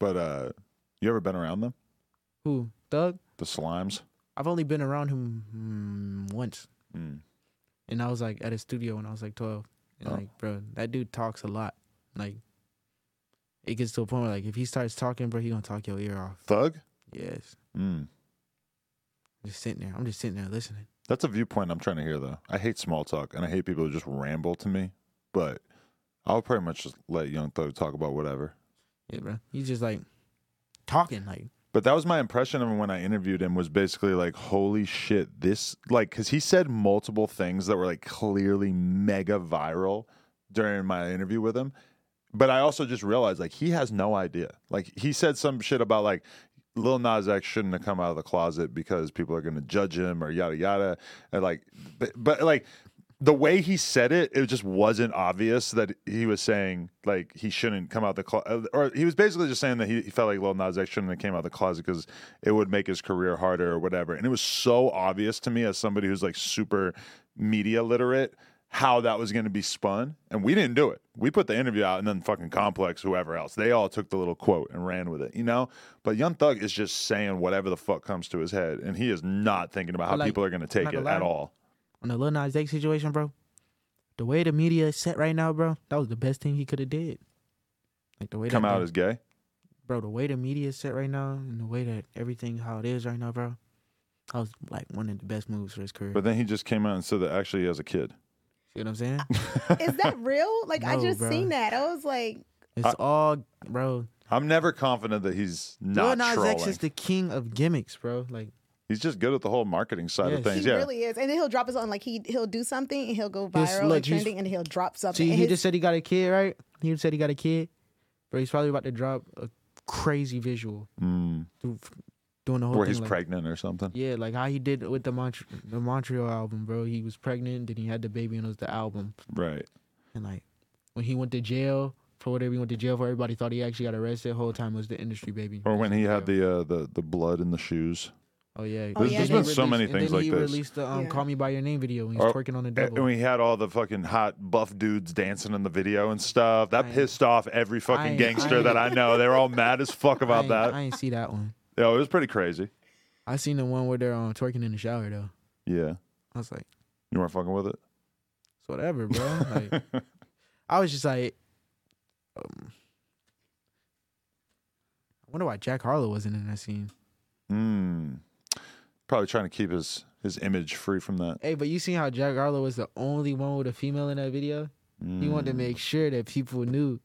Speaker 2: But uh you ever been around them?
Speaker 3: who Thug.
Speaker 2: The slimes?
Speaker 3: I've only been around him mm, once,
Speaker 2: Mm.
Speaker 3: and I was like at his studio when I was like twelve. And
Speaker 2: Oh.
Speaker 3: like, bro, that dude talks a lot. Like, it gets to a point where like if he starts talking, bro, he gonna talk your ear off.
Speaker 2: Thug?
Speaker 3: Yes,
Speaker 2: Mm.
Speaker 3: just sitting there. I'm just sitting there listening.
Speaker 2: That's a viewpoint I'm trying to hear, though. I hate small talk and I hate people who just ramble to me, but I'll pretty much just let Young Thug talk about whatever.
Speaker 3: Yeah, bro. He's just like talking. Like,
Speaker 2: But that was my impression of him when I interviewed him was basically like, holy shit, this, like, because he said multiple things that were like clearly mega viral during my interview with him. But I also just realized like he has no idea. Like, he said some shit about like, Lil Nas X shouldn't have come out of the closet because people are going to judge him or yada yada. And like, but, but like, the way he said it, it just wasn't obvious that he was saying like he shouldn't come out the closet, or he was basically just saying that he, he felt like Lil Nas X shouldn't have came out the closet because it would make his career harder or whatever. And it was so obvious to me as somebody who's like super media literate how that was going to be spun, and we didn't do it. We put the interview out, and then fucking Complex, whoever else, they all took the little quote and ran with it, you know. But Young Thug is just saying whatever the fuck comes to his head, and he is not thinking about how
Speaker 3: Like,
Speaker 2: people are going to take
Speaker 3: not
Speaker 2: it
Speaker 3: gonna
Speaker 2: at
Speaker 3: lie.
Speaker 2: all.
Speaker 3: on the Lil Nas X situation, bro, the way the media is set right now, bro, that was the best thing he could have did. Like the way
Speaker 2: Come
Speaker 3: that
Speaker 2: out
Speaker 3: the-
Speaker 2: as gay.
Speaker 3: bro, the way the media is set right now, and the way that everything how it is right now, bro, that was like one of the best moves for his career.
Speaker 2: But then he just came out and said that actually he has a kid.
Speaker 3: See what I'm saying?
Speaker 4: Is that real? Like I
Speaker 3: No,
Speaker 4: just
Speaker 3: bruh.
Speaker 4: seen that. I was like,
Speaker 3: It's all, bro.
Speaker 2: I'm never confident that he's
Speaker 3: Lil
Speaker 2: not
Speaker 3: Nas
Speaker 2: trolling.
Speaker 3: X is the king of gimmicks, bro. Like,
Speaker 2: He's just good at the whole marketing side of
Speaker 3: Yes.
Speaker 2: things.
Speaker 4: he
Speaker 2: yeah.
Speaker 4: really is. And then he'll drop his own. Like he he'll do something and he'll go
Speaker 3: He's-
Speaker 4: viral,
Speaker 3: look,
Speaker 4: like
Speaker 3: he's-
Speaker 4: trending, and he'll drop something.
Speaker 3: see,
Speaker 4: And
Speaker 3: he
Speaker 4: his-
Speaker 3: just said he got a kid, right? He said he got a kid, bro. He's probably about to drop a crazy visual
Speaker 2: Mm,
Speaker 3: through, doing the whole
Speaker 2: where
Speaker 3: thing.
Speaker 2: he's
Speaker 3: like-
Speaker 2: pregnant or something.
Speaker 3: Yeah, like how he did with the, Mont- the Montreal album, bro. He was pregnant, then he had the baby, and it was the album.
Speaker 2: Right.
Speaker 3: And like when he went to jail for whatever he went to jail for, everybody thought he actually got arrested. The whole time it was the industry baby.
Speaker 2: Or when he had the uh, the the blood in the shoes.
Speaker 3: oh yeah,
Speaker 4: Oh, There's- yeah, there's
Speaker 3: And
Speaker 4: been
Speaker 3: then
Speaker 2: so many
Speaker 3: and
Speaker 2: things
Speaker 3: then
Speaker 2: like
Speaker 3: he
Speaker 2: this.
Speaker 3: released the um,
Speaker 4: Yeah.
Speaker 3: "Call Me by Your Name" video when he's
Speaker 2: Or-
Speaker 3: twerking on the
Speaker 2: And
Speaker 3: devil.
Speaker 2: we had all the fucking hot buff dudes dancing in the video and stuff. That
Speaker 3: I-
Speaker 2: pissed off every fucking
Speaker 3: I-
Speaker 2: gangster
Speaker 3: I-
Speaker 2: that I know. They were all mad as fuck
Speaker 3: I
Speaker 2: about
Speaker 3: ain't-
Speaker 2: that.
Speaker 3: I ain't see that one.
Speaker 2: Yo, it was pretty crazy.
Speaker 3: I seen the one where they're um, twerking in the shower though.
Speaker 2: Yeah.
Speaker 3: I was like,
Speaker 2: You weren't fucking with it?
Speaker 3: it's whatever, bro. like I was just like, um, I wonder why Jack Harlow wasn't in that scene.
Speaker 2: Mm. Probably trying to keep his, his image free from that.
Speaker 3: Hey, but you seen how Jack Harlow was the only one with a female in that video? He wanted to
Speaker 2: Mm.
Speaker 3: make sure that people knew.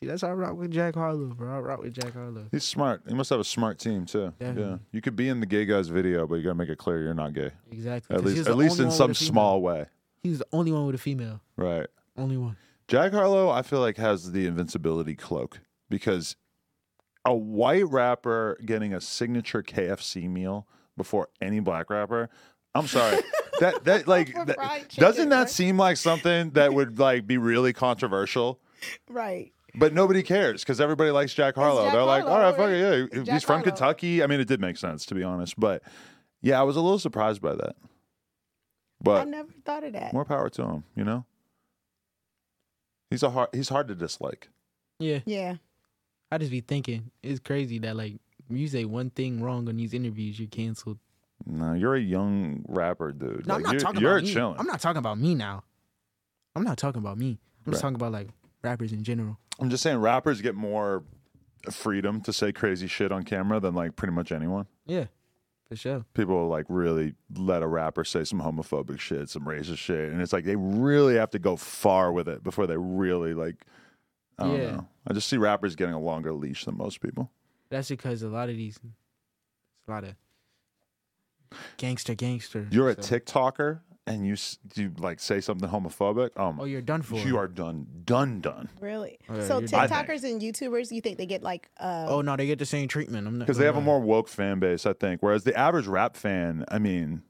Speaker 3: See, that's how I rock with Jack Harlow, bro. I rock with Jack Harlow.
Speaker 2: He's smart. He must have a smart team too. Yeah,
Speaker 3: Definitely.
Speaker 2: you could be in the gay guys video, but you gotta make it clear you're not gay.
Speaker 3: Exactly.
Speaker 2: At
Speaker 3: 'cause he was
Speaker 2: least,
Speaker 3: the
Speaker 2: at least
Speaker 3: only
Speaker 2: in
Speaker 3: one
Speaker 2: some
Speaker 3: with a female.
Speaker 2: small way.
Speaker 3: He was the only one with a female.
Speaker 2: Right.
Speaker 3: Only one.
Speaker 2: Jack Harlow, I feel like has the invincibility cloak because a white rapper getting a signature KFC meal before any black rapper. I'm sorry. that that like
Speaker 4: Over
Speaker 2: that-
Speaker 4: fried chicken,
Speaker 2: doesn't that
Speaker 4: right?
Speaker 2: seem like something that would like be really controversial?
Speaker 4: right.
Speaker 2: But nobody cares because everybody likes Jack Harlow.
Speaker 4: Jack
Speaker 2: They're like,
Speaker 4: Harlow,
Speaker 2: all right,
Speaker 4: right?
Speaker 2: fuck it, yeah.
Speaker 4: It's
Speaker 2: he's
Speaker 4: Jack
Speaker 2: from
Speaker 4: Harlow."
Speaker 2: Kentucky. I mean, it did make sense to be honest, but yeah, I was a little surprised by that.
Speaker 4: I
Speaker 2: But
Speaker 4: never thought of that.
Speaker 2: more power to him, you know. He's a hard. He's hard to dislike.
Speaker 3: Yeah.
Speaker 4: Yeah.
Speaker 3: I just be thinking, it's crazy that, like, you say one thing wrong on these interviews, you're canceled.
Speaker 2: No, you're a young rapper, dude.
Speaker 3: No,
Speaker 2: Like,
Speaker 3: I'm not
Speaker 2: you're,
Speaker 3: talking
Speaker 2: you're
Speaker 3: about me.
Speaker 2: chilling.
Speaker 3: I'm not talking about me now. I'm not talking about me. I'm
Speaker 2: Right.
Speaker 3: just talking about, like, rappers in general.
Speaker 2: I'm just saying, rappers get more freedom to say crazy shit on camera than like pretty much anyone.
Speaker 3: Yeah, for sure.
Speaker 2: people will, like really let a rapper say some homophobic shit, some racist shit, and it's like they really have to go far with it before they really like. I don't
Speaker 3: Yeah.
Speaker 2: know. I just see rappers getting a longer leash than most people.
Speaker 3: That's because a lot of these, a lot of gangster, gangster.
Speaker 2: You're a
Speaker 3: Mm-hmm. so-
Speaker 2: TikToker and you s- you like say something homophobic. Um,
Speaker 3: Oh, you're done for.
Speaker 2: you are done, done, done.
Speaker 4: Really.
Speaker 3: Oh, yeah,
Speaker 4: so
Speaker 3: you're done.
Speaker 4: TikTokers and YouTubers, you think they get like uh
Speaker 3: Oh no, they get the same treatment. I'm not
Speaker 2: Because they have a
Speaker 3: I'm
Speaker 2: more woke fan base, I think. Whereas the average rap fan, I mean.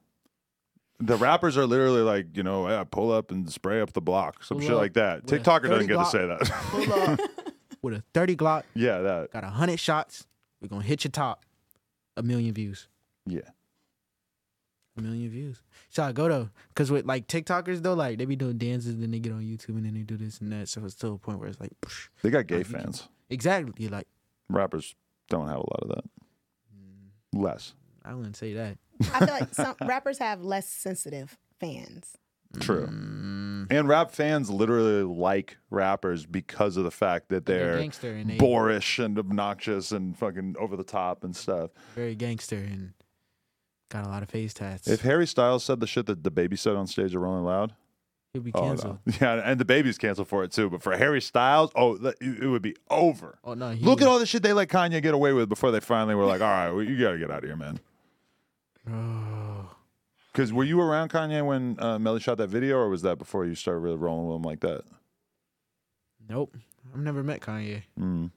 Speaker 2: The rappers are literally like, you know, "Yeah, pull up and spray up the block, some
Speaker 3: Pull
Speaker 2: shit
Speaker 3: up
Speaker 2: like that.
Speaker 3: with a
Speaker 2: TikToker doesn't
Speaker 3: 30
Speaker 2: get to
Speaker 3: Glock.
Speaker 2: say that.
Speaker 3: not- with a 30 Glock,
Speaker 2: yeah, that.
Speaker 3: got a hundred shots. We're gonna hit your top. A million views.
Speaker 2: Yeah.
Speaker 3: A million views. So I go though, because with like TikTokers though, like they be doing dances, then they get on YouTube and then they do this and that. So it's to a point where it's like, psh,
Speaker 2: They got gay
Speaker 3: Like, you can-
Speaker 2: fans.
Speaker 3: exactly. You're like, Mm.
Speaker 2: Rappers don't have a lot of that. Less.
Speaker 3: I wouldn't say that.
Speaker 4: I feel like some rappers have less sensitive fans.
Speaker 2: True.
Speaker 3: Mm.
Speaker 2: And rap fans literally like rappers because of the fact that
Speaker 3: They're
Speaker 2: they're,
Speaker 3: gangster and they-
Speaker 2: boorish and obnoxious and fucking over the top and stuff.
Speaker 3: Very gangster and got a lot of face tats.
Speaker 2: If Harry Styles said the shit that the baby said on stage at Rolling Loud,
Speaker 3: He'll be
Speaker 2: oh, no.
Speaker 3: canceled.
Speaker 2: yeah, and the baby's canceled for it too. But for Harry Styles, oh, th- it it would be over.
Speaker 3: Oh no! He
Speaker 2: Look at
Speaker 3: would-
Speaker 2: all the shit they let Kanye get away with before they finally were like, all right, well, you gotta get out of here, man.
Speaker 3: Bro.
Speaker 2: Because were you around Kanye when uh, Melly shot that video, or was that before you started really rolling with him like that?
Speaker 3: Nope. I've never met Kanye.
Speaker 2: Mm.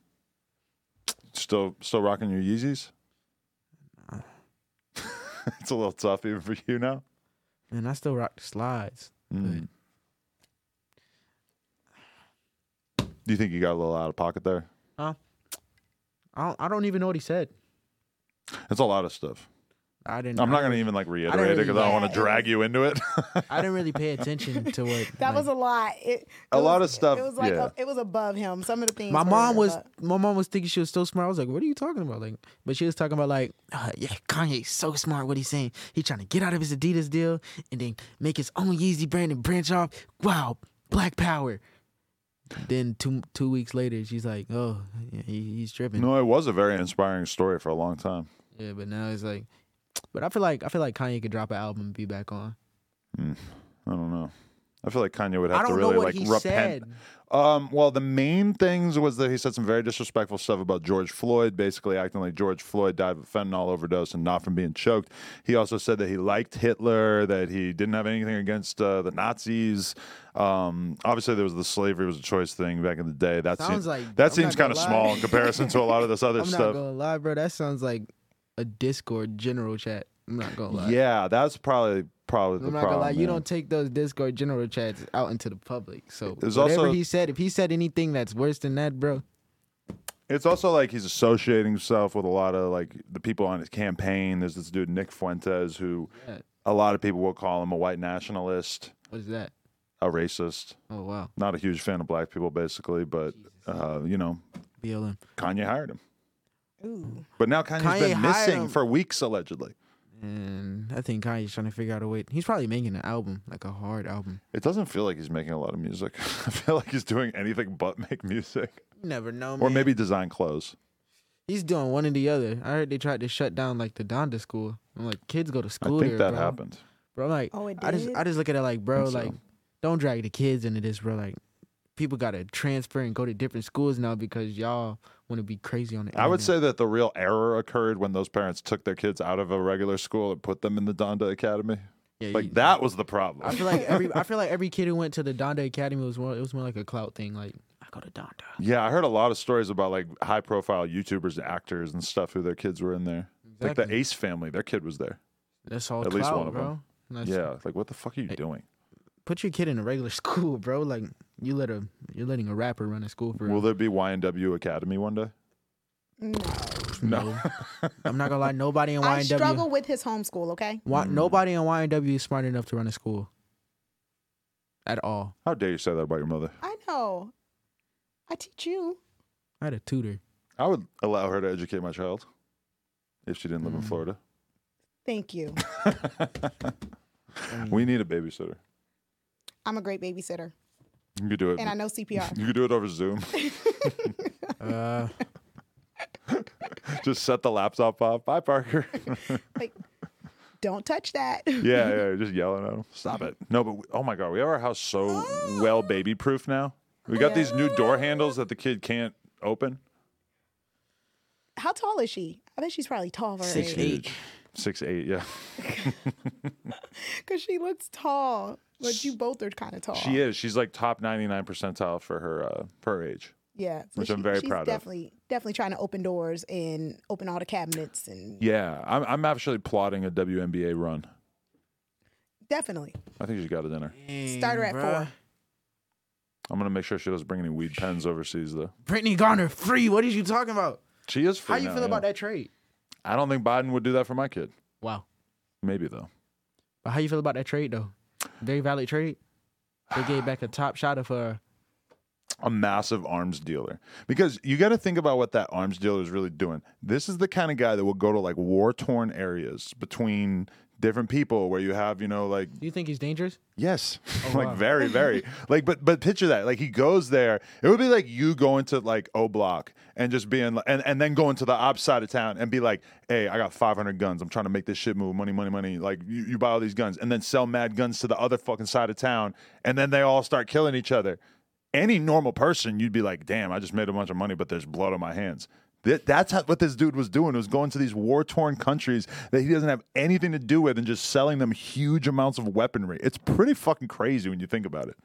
Speaker 2: Still, still rocking your Yeezys. it's a little tough even for you now.
Speaker 3: Man, I still rock the slides.
Speaker 2: Mm. Do you think you got a little out of pocket there?
Speaker 3: I don't, I don't even know what he said.
Speaker 2: It's a lot of stuff.
Speaker 3: I didn't.
Speaker 2: I'm
Speaker 3: I
Speaker 2: not
Speaker 3: don't-
Speaker 2: going to even like reiterate it
Speaker 3: really-
Speaker 2: because I don't
Speaker 4: Yeah,
Speaker 2: want to
Speaker 4: it
Speaker 2: drag
Speaker 4: was-
Speaker 2: you into it.
Speaker 3: I didn't really pay attention to what.
Speaker 4: That
Speaker 3: like-
Speaker 4: was a lot. It,
Speaker 2: A
Speaker 4: it
Speaker 2: lot
Speaker 4: was-
Speaker 2: of stuff,
Speaker 4: It was like
Speaker 2: yeah.
Speaker 4: it was above him. Some of the things.
Speaker 3: My
Speaker 4: were
Speaker 3: mom was
Speaker 4: above-
Speaker 3: my mom was thinking she was so smart. I was like, "What are you talking about?" Like, but she was talking about like, uh, "Yeah, Kanye's so smart. What he's saying, he trying to get out of his Adidas deal and then make his own Yeezy brand and branch off. Wow, Black Power." Then two two weeks later, she's like, "Oh, yeah, he, he's tripping."
Speaker 2: no, it was a very inspiring story for a long time.
Speaker 3: Yeah, but now it's like, but I feel like I feel like Kanye could drop an album and be back on.
Speaker 2: I don't know. I feel like Kanye would have
Speaker 3: I don't
Speaker 2: to
Speaker 3: know
Speaker 2: really
Speaker 3: what
Speaker 2: like
Speaker 3: he
Speaker 2: repent.
Speaker 3: said.
Speaker 2: Um, well, the main things was that he said some very disrespectful stuff about George Floyd, basically acting like George Floyd died of a fentanyl overdose and not from being choked. He also said that he liked Hitler, that he didn't have anything against uh, the Nazis. Um, obviously, there was the slavery was a choice thing back in the day. That
Speaker 3: Sounds
Speaker 2: seems,
Speaker 3: like-
Speaker 2: that
Speaker 3: I'm
Speaker 2: seems
Speaker 3: not
Speaker 2: kind
Speaker 3: gonna
Speaker 2: of
Speaker 3: lie.
Speaker 2: small in comparison to a lot of this other
Speaker 3: I'm not
Speaker 2: stuff.
Speaker 3: gonna lie, bro. That sounds like a Discord general chat. I'm not gonna lie.
Speaker 2: yeah, that's probably probably the
Speaker 3: I'm not
Speaker 2: problem.
Speaker 3: gonna lie, you
Speaker 2: man.
Speaker 3: don't take those Discord general chats out into the public. So
Speaker 2: There's
Speaker 3: whatever
Speaker 2: also-
Speaker 3: he said, if he said anything that's worse than that, bro,
Speaker 2: It's also like he's associating himself with a lot of like the people on his campaign. There's this dude Nick Fuentes who
Speaker 3: Yeah.
Speaker 2: a lot of people will call him a white nationalist,
Speaker 3: what is that?
Speaker 2: a racist.
Speaker 3: Oh wow,
Speaker 2: Not a huge fan of black people, basically, but uh, you know,
Speaker 3: BLM.
Speaker 2: Kanye hired him.
Speaker 4: Ooh.
Speaker 2: But now Kanye's
Speaker 3: Kanye
Speaker 2: been
Speaker 3: hired
Speaker 2: missing
Speaker 3: him.
Speaker 2: for weeks allegedly.
Speaker 3: And I think Kanye's trying to figure out a way. He's probably making an album, like a hard album.
Speaker 2: It doesn't feel like he's making a lot of music. I feel like he's doing anything but make music,
Speaker 3: You never know, man.
Speaker 2: or maybe design clothes.
Speaker 3: he's doing one or the other. I heard they tried to shut down like the Donda school. I'm like, kids go to
Speaker 2: I
Speaker 3: school.
Speaker 2: think
Speaker 3: there,
Speaker 2: that
Speaker 3: bro.
Speaker 2: happened.
Speaker 3: Bro, I'm like,
Speaker 4: Oh, it
Speaker 3: I just
Speaker 4: did?
Speaker 3: I just look at it like, bro,
Speaker 2: Think so.
Speaker 3: like don't drag the kids into this, bro. Like people gotta transfer and go to different schools now because y'all want to be crazy on the
Speaker 2: I would
Speaker 3: internet.
Speaker 2: say that the real error occurred when those parents took their kids out of a regular school and put them in the Donda Academy.
Speaker 3: Yeah,
Speaker 2: Like
Speaker 3: you-
Speaker 2: that was the problem.
Speaker 3: I feel like every I feel like every kid who went to the Donda Academy was more it was more like a clout thing. Like I go to Donda.
Speaker 2: yeah, I heard a lot of stories about like high profile YouTubers and actors and stuff who their kids were in there. Like the
Speaker 3: Exactly.
Speaker 2: Ace family, their kid was there.
Speaker 3: That's all.
Speaker 2: At
Speaker 3: clout,
Speaker 2: least one of
Speaker 3: bro.
Speaker 2: 'em.
Speaker 3: That's-
Speaker 2: Yeah, like what the fuck are you doing?
Speaker 3: Put your kid in a regular school, bro. Like you let a you're letting a rapper run a school for.
Speaker 2: Will
Speaker 3: him.
Speaker 2: there be YNW Academy one day?
Speaker 4: No.
Speaker 2: No.
Speaker 3: I'm not gonna lie. Nobody in YNW.
Speaker 4: I struggle Mm. with his homeschool. Okay.
Speaker 3: Wa- Nobody in YNW is smart enough to run a school. At all.
Speaker 2: How dare you say that about your mother?
Speaker 4: I know. I teach you.
Speaker 3: I had a tutor.
Speaker 2: I would allow her to educate my child if she didn't live
Speaker 3: Mm.
Speaker 2: in Florida.
Speaker 4: Thank you.
Speaker 3: Mm.
Speaker 2: We need a babysitter.
Speaker 4: I'm a great babysitter,
Speaker 2: You could do it.
Speaker 4: and I know CPR.
Speaker 2: You could do it over Zoom.
Speaker 3: Uh,
Speaker 2: Just set the laptop off. Bye, Parker.
Speaker 4: like, don't touch that.
Speaker 2: yeah, yeah, just yelling at them. Stop it. No, but we, oh my god, we have our house so well baby proof now. We got these new door handles that the kid can't open.
Speaker 4: How tall is she? I bet she's probably tall for her
Speaker 3: Six
Speaker 4: age.
Speaker 3: eight.
Speaker 2: Six eight, yeah.
Speaker 4: Because she looks tall, but you both are kind of tall.
Speaker 2: She is. She's like top ninety nine percentile for her uh, for her age.
Speaker 4: Yeah. so
Speaker 2: Which I'm very
Speaker 4: she's
Speaker 2: proud of.
Speaker 4: definitely, Definitely trying to open doors and open all the cabinets and
Speaker 2: Yeah, I'm I'm actually plotting a WNBA run.
Speaker 4: definitely
Speaker 2: I think she's got it in her.
Speaker 4: start her at four.
Speaker 2: I'm gonna make sure she doesn't bring any weed pens overseas though.
Speaker 3: Brittany Garner free. What are you talking about?
Speaker 2: She is free.
Speaker 3: How you
Speaker 2: now,
Speaker 3: feel about
Speaker 2: yeah.
Speaker 3: that trade?
Speaker 2: I don't think Biden would do that for my kid.
Speaker 3: Wow.
Speaker 2: Maybe though.
Speaker 3: But how you feel uh, about that trade though? Very valid trade. They gave back a top shotter for
Speaker 2: a massive arms dealer because you got to think about what that arms dealer is really doing. This is the kind of guy that will go to like war torn areas between different people where you have, you know, like
Speaker 3: Do you think he's dangerous?
Speaker 2: Yes. like very, very. like, but but picture that. Like he goes there. It would be like you going to like O Block and just being like- and, and then going to the op side of town and be like, hey, I got 500 guns. I'm trying to make this shit move. Money, money, money. Like you, you buy all these guns and then sell mad guns to the other fucking side of town and then they all start killing each other. Any normal person, you'd be like, damn, I just made a bunch of money, but there's blood on my hands. That, that's how, what this dude was doing was going to these war-torn countries that he doesn't have anything to do with and just selling them huge amounts of weaponry it's pretty fucking crazy when you think about it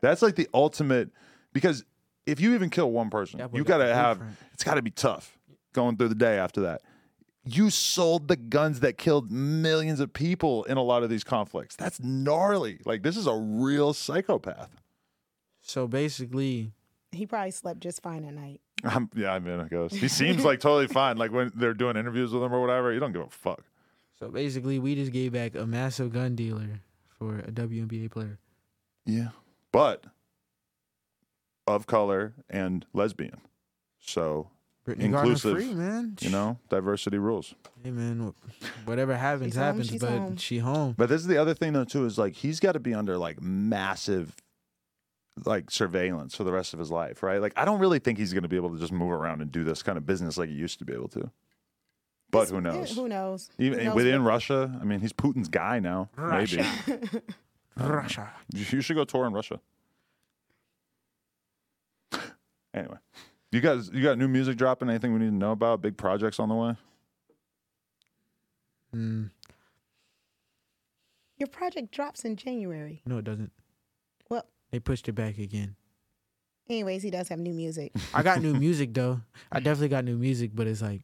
Speaker 2: that's like the ultimate because if you even kill one person
Speaker 3: That boy
Speaker 2: you
Speaker 3: got
Speaker 2: gotta
Speaker 3: a
Speaker 2: have
Speaker 3: blueprint.
Speaker 2: it's gotta be tough going through the day after that you sold the guns that killed millions of people in a lot of these conflicts that's gnarly like this is a real psychopath
Speaker 3: So basically,
Speaker 4: He probably slept just fine at night.
Speaker 2: i yeah, I mean, I guess he seems like totally fine. Like when they're doing interviews with him or whatever, you don't give a fuck.
Speaker 3: so basically, we just gave back a massive gun dealer for a WNBA player.
Speaker 2: Yeah, but of color and lesbian, so
Speaker 3: Brittany Garner
Speaker 2: Inclusive,
Speaker 3: free, man.
Speaker 2: you know, diversity rules.
Speaker 3: Hey man, wh- whatever happens
Speaker 4: She's home,
Speaker 3: happens,
Speaker 4: she's
Speaker 3: but
Speaker 4: home.
Speaker 3: she home.
Speaker 2: But this is the other thing though too is like he's got to be under like massive like surveillance for the rest of his life, right? Like I don't really think he's going to be able to just move around and do this kind of business like he used to be able to. But
Speaker 4: It's-
Speaker 2: who knows?
Speaker 4: eh, Who knows? Who
Speaker 2: Even
Speaker 4: knows
Speaker 2: within
Speaker 4: what-
Speaker 2: Russia, I mean, he's Putin's guy now. Maybe
Speaker 3: Russia.
Speaker 2: You should go tour in Russia. Anyway, you guys, you got new music dropping? Anything we need to know about? Big projects on the way?
Speaker 3: Mm,
Speaker 4: your project drops in January.
Speaker 3: no, it doesn't.
Speaker 4: Well,
Speaker 3: They pushed it back again.
Speaker 4: anyways, he does have new music.
Speaker 3: I got new music though. I definitely got new music, but it's like,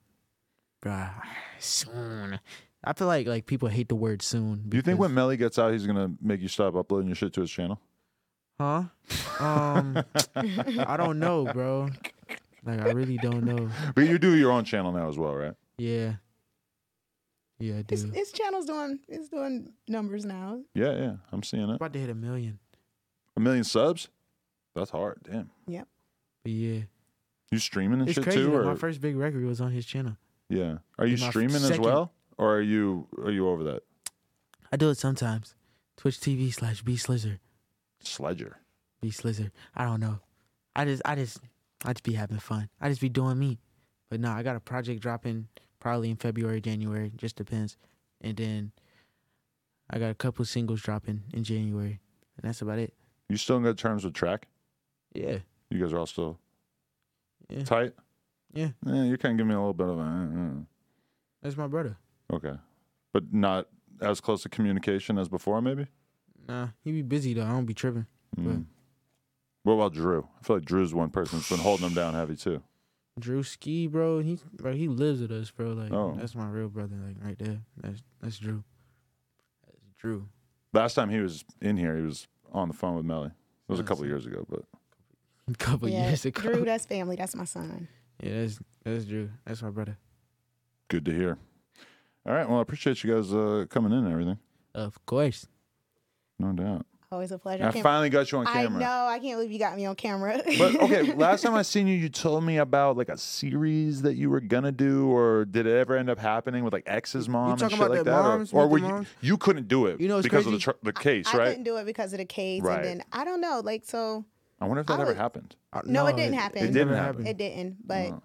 Speaker 3: bruh, soon. I feel like like people hate the word soon.
Speaker 2: Do you think
Speaker 3: because-
Speaker 2: when Melly gets out, he's gonna make you stop uploading your shit to his channel?
Speaker 3: Huh? Um, I don't know, bro. Like I really don't know.
Speaker 2: But you do your own channel now as well, right?
Speaker 3: Yeah. Yeah, I do.
Speaker 4: His, his channel's doing it's doing numbers now.
Speaker 2: Yeah, yeah. I'm seeing it.
Speaker 3: about to hit a million.
Speaker 2: A million subs? That's hard. Damn.
Speaker 4: Yep.
Speaker 3: But yeah,
Speaker 2: You streaming and
Speaker 3: it's
Speaker 2: shit
Speaker 3: crazy.
Speaker 2: too,
Speaker 3: that
Speaker 2: or
Speaker 3: my first big record was on his channel.
Speaker 2: yeah? Are you
Speaker 3: my f-
Speaker 2: streaming as
Speaker 3: second-
Speaker 2: well, or are you are you over that?
Speaker 3: I do it sometimes. Twitch TV slash B Slizzer.
Speaker 2: Sledger.
Speaker 3: Be Slizzer. I don't know. I just, I just, I just be having fun. I just be doing me. But no, I got a project dropping probably in February, January. Just depends. And then I got a couple singles dropping in January, and that's about it.
Speaker 2: You still in good terms with Track?
Speaker 3: Yeah.
Speaker 2: You guys are all still
Speaker 3: Yeah.
Speaker 2: tight.
Speaker 3: Yeah.
Speaker 2: Yeah, you kind of giving me a little bit of a. uh, uh.
Speaker 3: That's my brother.
Speaker 2: Okay. But not as close to communication as before, maybe?
Speaker 3: Nah, he be busy though. I don't be tripping.
Speaker 2: Mm. What about Drew? I feel like Drew's one person that's been holding him down heavy, too.
Speaker 3: Drew Ski, bro, he bro, he lives with us, bro. Like
Speaker 2: Oh.
Speaker 3: that's my real brother, like right there. That's that's Drew. That's Drew.
Speaker 2: Last time he was in here, he was on the phone with Melly. It was a couple years ago, but
Speaker 3: A couple
Speaker 4: yeah,
Speaker 3: years ago.
Speaker 4: Drew, that's family. That's my son.
Speaker 3: yeah, that's that's Drew. That's my brother.
Speaker 2: good to hear. All right. Well, I appreciate you guys uh, coming in and everything.
Speaker 3: Of course.
Speaker 2: No doubt.
Speaker 4: Always a pleasure.
Speaker 2: And I
Speaker 4: can't-
Speaker 2: finally got you on
Speaker 4: I
Speaker 2: camera.
Speaker 4: know. I can't believe you got me on camera.
Speaker 2: But okay, last time I seen you, you told me about like a series that you were gonna do, or did it ever end up happening with like ex's mom and shit
Speaker 3: talking about
Speaker 2: like
Speaker 3: the
Speaker 2: that,
Speaker 3: moms
Speaker 2: or, or
Speaker 3: with
Speaker 2: were
Speaker 3: the
Speaker 2: you,
Speaker 3: moms?
Speaker 2: you couldn't do it
Speaker 3: You know, it's
Speaker 2: because of
Speaker 3: crazy.
Speaker 2: the, tr- the case,
Speaker 4: I
Speaker 2: right?
Speaker 4: couldn't do it because of the kids,
Speaker 2: Right.
Speaker 4: and then I don't know. Like so,
Speaker 2: I wonder if that
Speaker 4: I
Speaker 2: ever
Speaker 4: would-
Speaker 2: happened.
Speaker 3: Uh,
Speaker 4: No, it didn't happen. It
Speaker 2: didn't
Speaker 3: never
Speaker 2: happen.
Speaker 4: it didn't.
Speaker 2: Uh-huh.
Speaker 4: But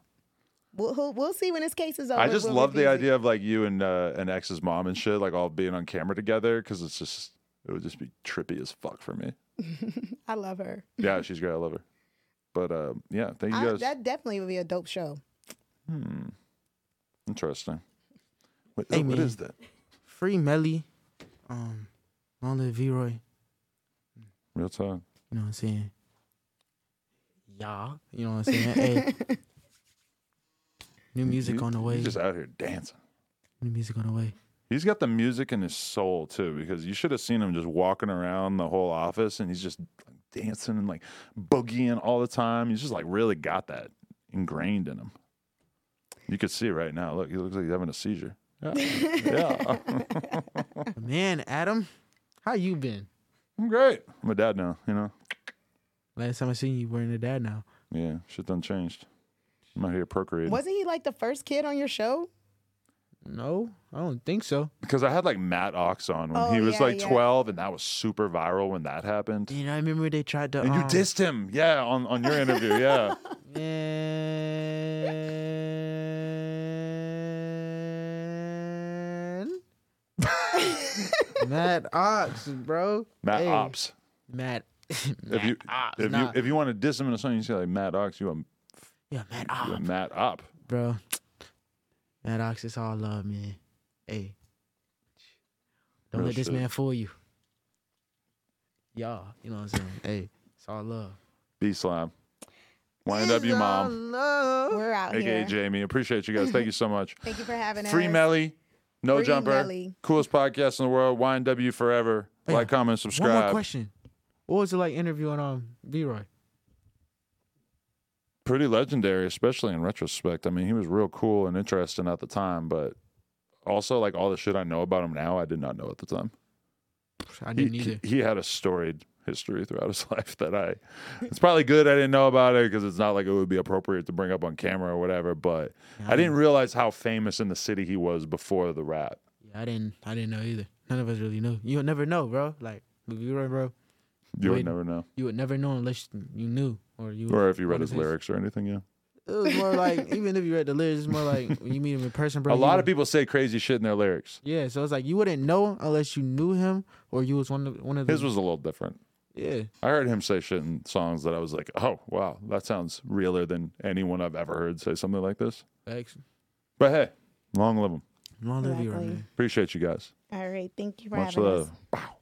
Speaker 4: we'll we'll, we'll see when this case is over.
Speaker 2: I just
Speaker 4: We'll
Speaker 2: love the
Speaker 4: review it.
Speaker 2: idea of like you and uh, and ex's mom and shit, like all being on camera together, because it's just it would just be trippy as fuck for me.
Speaker 4: I love her.
Speaker 2: Yeah, she's great. I love her. But uh, yeah, thank you
Speaker 4: I-
Speaker 2: guys.
Speaker 4: that definitely would be a dope show.
Speaker 2: Hmm. Interesting. What,
Speaker 3: Hey,
Speaker 2: what
Speaker 3: man.
Speaker 2: is that?
Speaker 3: Free Melly. Um Long live V Roy.
Speaker 2: Real talk.
Speaker 3: You know what I'm saying? Yeah. You know what I'm saying? hey. New music
Speaker 2: You-
Speaker 3: on the
Speaker 2: you
Speaker 3: way.
Speaker 2: Just out here dancing.
Speaker 3: New music on the way.
Speaker 2: He's got the music in his soul too, because you should have seen him just walking around the whole office, and he's just dancing and like boogieing all the time. He's just like really got that ingrained in him. You could see right now. Look, he looks like he's having a seizure. Yeah, yeah.
Speaker 3: Man, Adam, how you been?
Speaker 2: I'm great. I'm a dad now. You know,
Speaker 3: Last time I seen you, you weren't a dad now.
Speaker 2: Yeah, shit done changed. I'm out here procreating.
Speaker 4: Wasn't he like the first kid on your show?
Speaker 3: No, I don't think so.
Speaker 2: Because I had like Matt Ox on when
Speaker 4: Oh,
Speaker 2: he was
Speaker 4: yeah,
Speaker 2: like
Speaker 4: yeah.
Speaker 2: 12, and that was super viral when that happened.
Speaker 3: You know, I remember they tried to.
Speaker 2: And you
Speaker 3: um,
Speaker 2: dissed him, yeah, on, on your interview, yeah.
Speaker 3: And Matt Ox, bro.
Speaker 2: Matt
Speaker 3: Hey,
Speaker 2: Ops.
Speaker 3: Matt.
Speaker 2: If you if you if you want to diss him in a song, you say like Matt Ox, you a,
Speaker 3: yeah, Matt
Speaker 2: you a
Speaker 3: Ox,
Speaker 2: Matt Op.
Speaker 3: bro. Matt Ox, it's all love, man. Hey, don't
Speaker 2: Real
Speaker 3: let this
Speaker 2: shit.
Speaker 3: man fool you. Y'all, you know what I'm saying? Hey, it's all love.
Speaker 2: B Slime. YNW
Speaker 3: It's
Speaker 2: Mom,
Speaker 3: all love.
Speaker 4: We're out
Speaker 2: aka
Speaker 4: here.
Speaker 2: Jamie. Appreciate you guys. Thank you so much.
Speaker 4: Thank you for having us.
Speaker 2: Free Melly, No
Speaker 4: Free
Speaker 2: Jumper,
Speaker 4: Melly.
Speaker 2: coolest podcast in the world. YNW forever.
Speaker 3: Oh, Yeah.
Speaker 2: Like, comment,
Speaker 3: One more
Speaker 2: subscribe.
Speaker 3: question. What was it like interviewing um Leroy?
Speaker 2: Pretty legendary, especially in retrospect. I mean, he was real cool and interesting at the time, but also like all the shit I know about him now, I did not know at the time.
Speaker 3: I
Speaker 2: He-
Speaker 3: didn't
Speaker 2: he,
Speaker 3: either.
Speaker 2: he had a storied history throughout his life that I it's probably good I didn't know about it because it's not like it would be appropriate to bring up on camera or whatever, but I didn't realize how famous in the city he was before the rap.
Speaker 3: Yeah, I didn't. I didn't know either. None of us really knew. You'll never know, bro. Like with Leroy, bro,
Speaker 2: You would
Speaker 3: Wait.
Speaker 2: never know.
Speaker 3: you would never know unless you knew or you.
Speaker 2: Or if you read
Speaker 3: what
Speaker 2: his
Speaker 3: is this?
Speaker 2: lyrics or anything, yeah.
Speaker 3: It was more like even if you read the lyrics, it's more like when you meet him in person, bro.
Speaker 2: a
Speaker 3: you
Speaker 2: lot of
Speaker 3: would-
Speaker 2: people say crazy shit in their lyrics.
Speaker 3: Yeah, so it's like you wouldn't know unless you knew him or you was one of one of the.
Speaker 2: His was a little different.
Speaker 3: yeah.
Speaker 2: I heard him say shit in songs that I was like, oh, wow, that sounds realer than anyone I've ever heard say something like this.
Speaker 3: Facts.
Speaker 2: But hey, long live him.
Speaker 3: Long live Leroy,
Speaker 4: Exactly.
Speaker 3: man.
Speaker 2: Appreciate you guys.
Speaker 4: All right. Thank you for
Speaker 2: Much
Speaker 4: having us.
Speaker 2: love. Wow.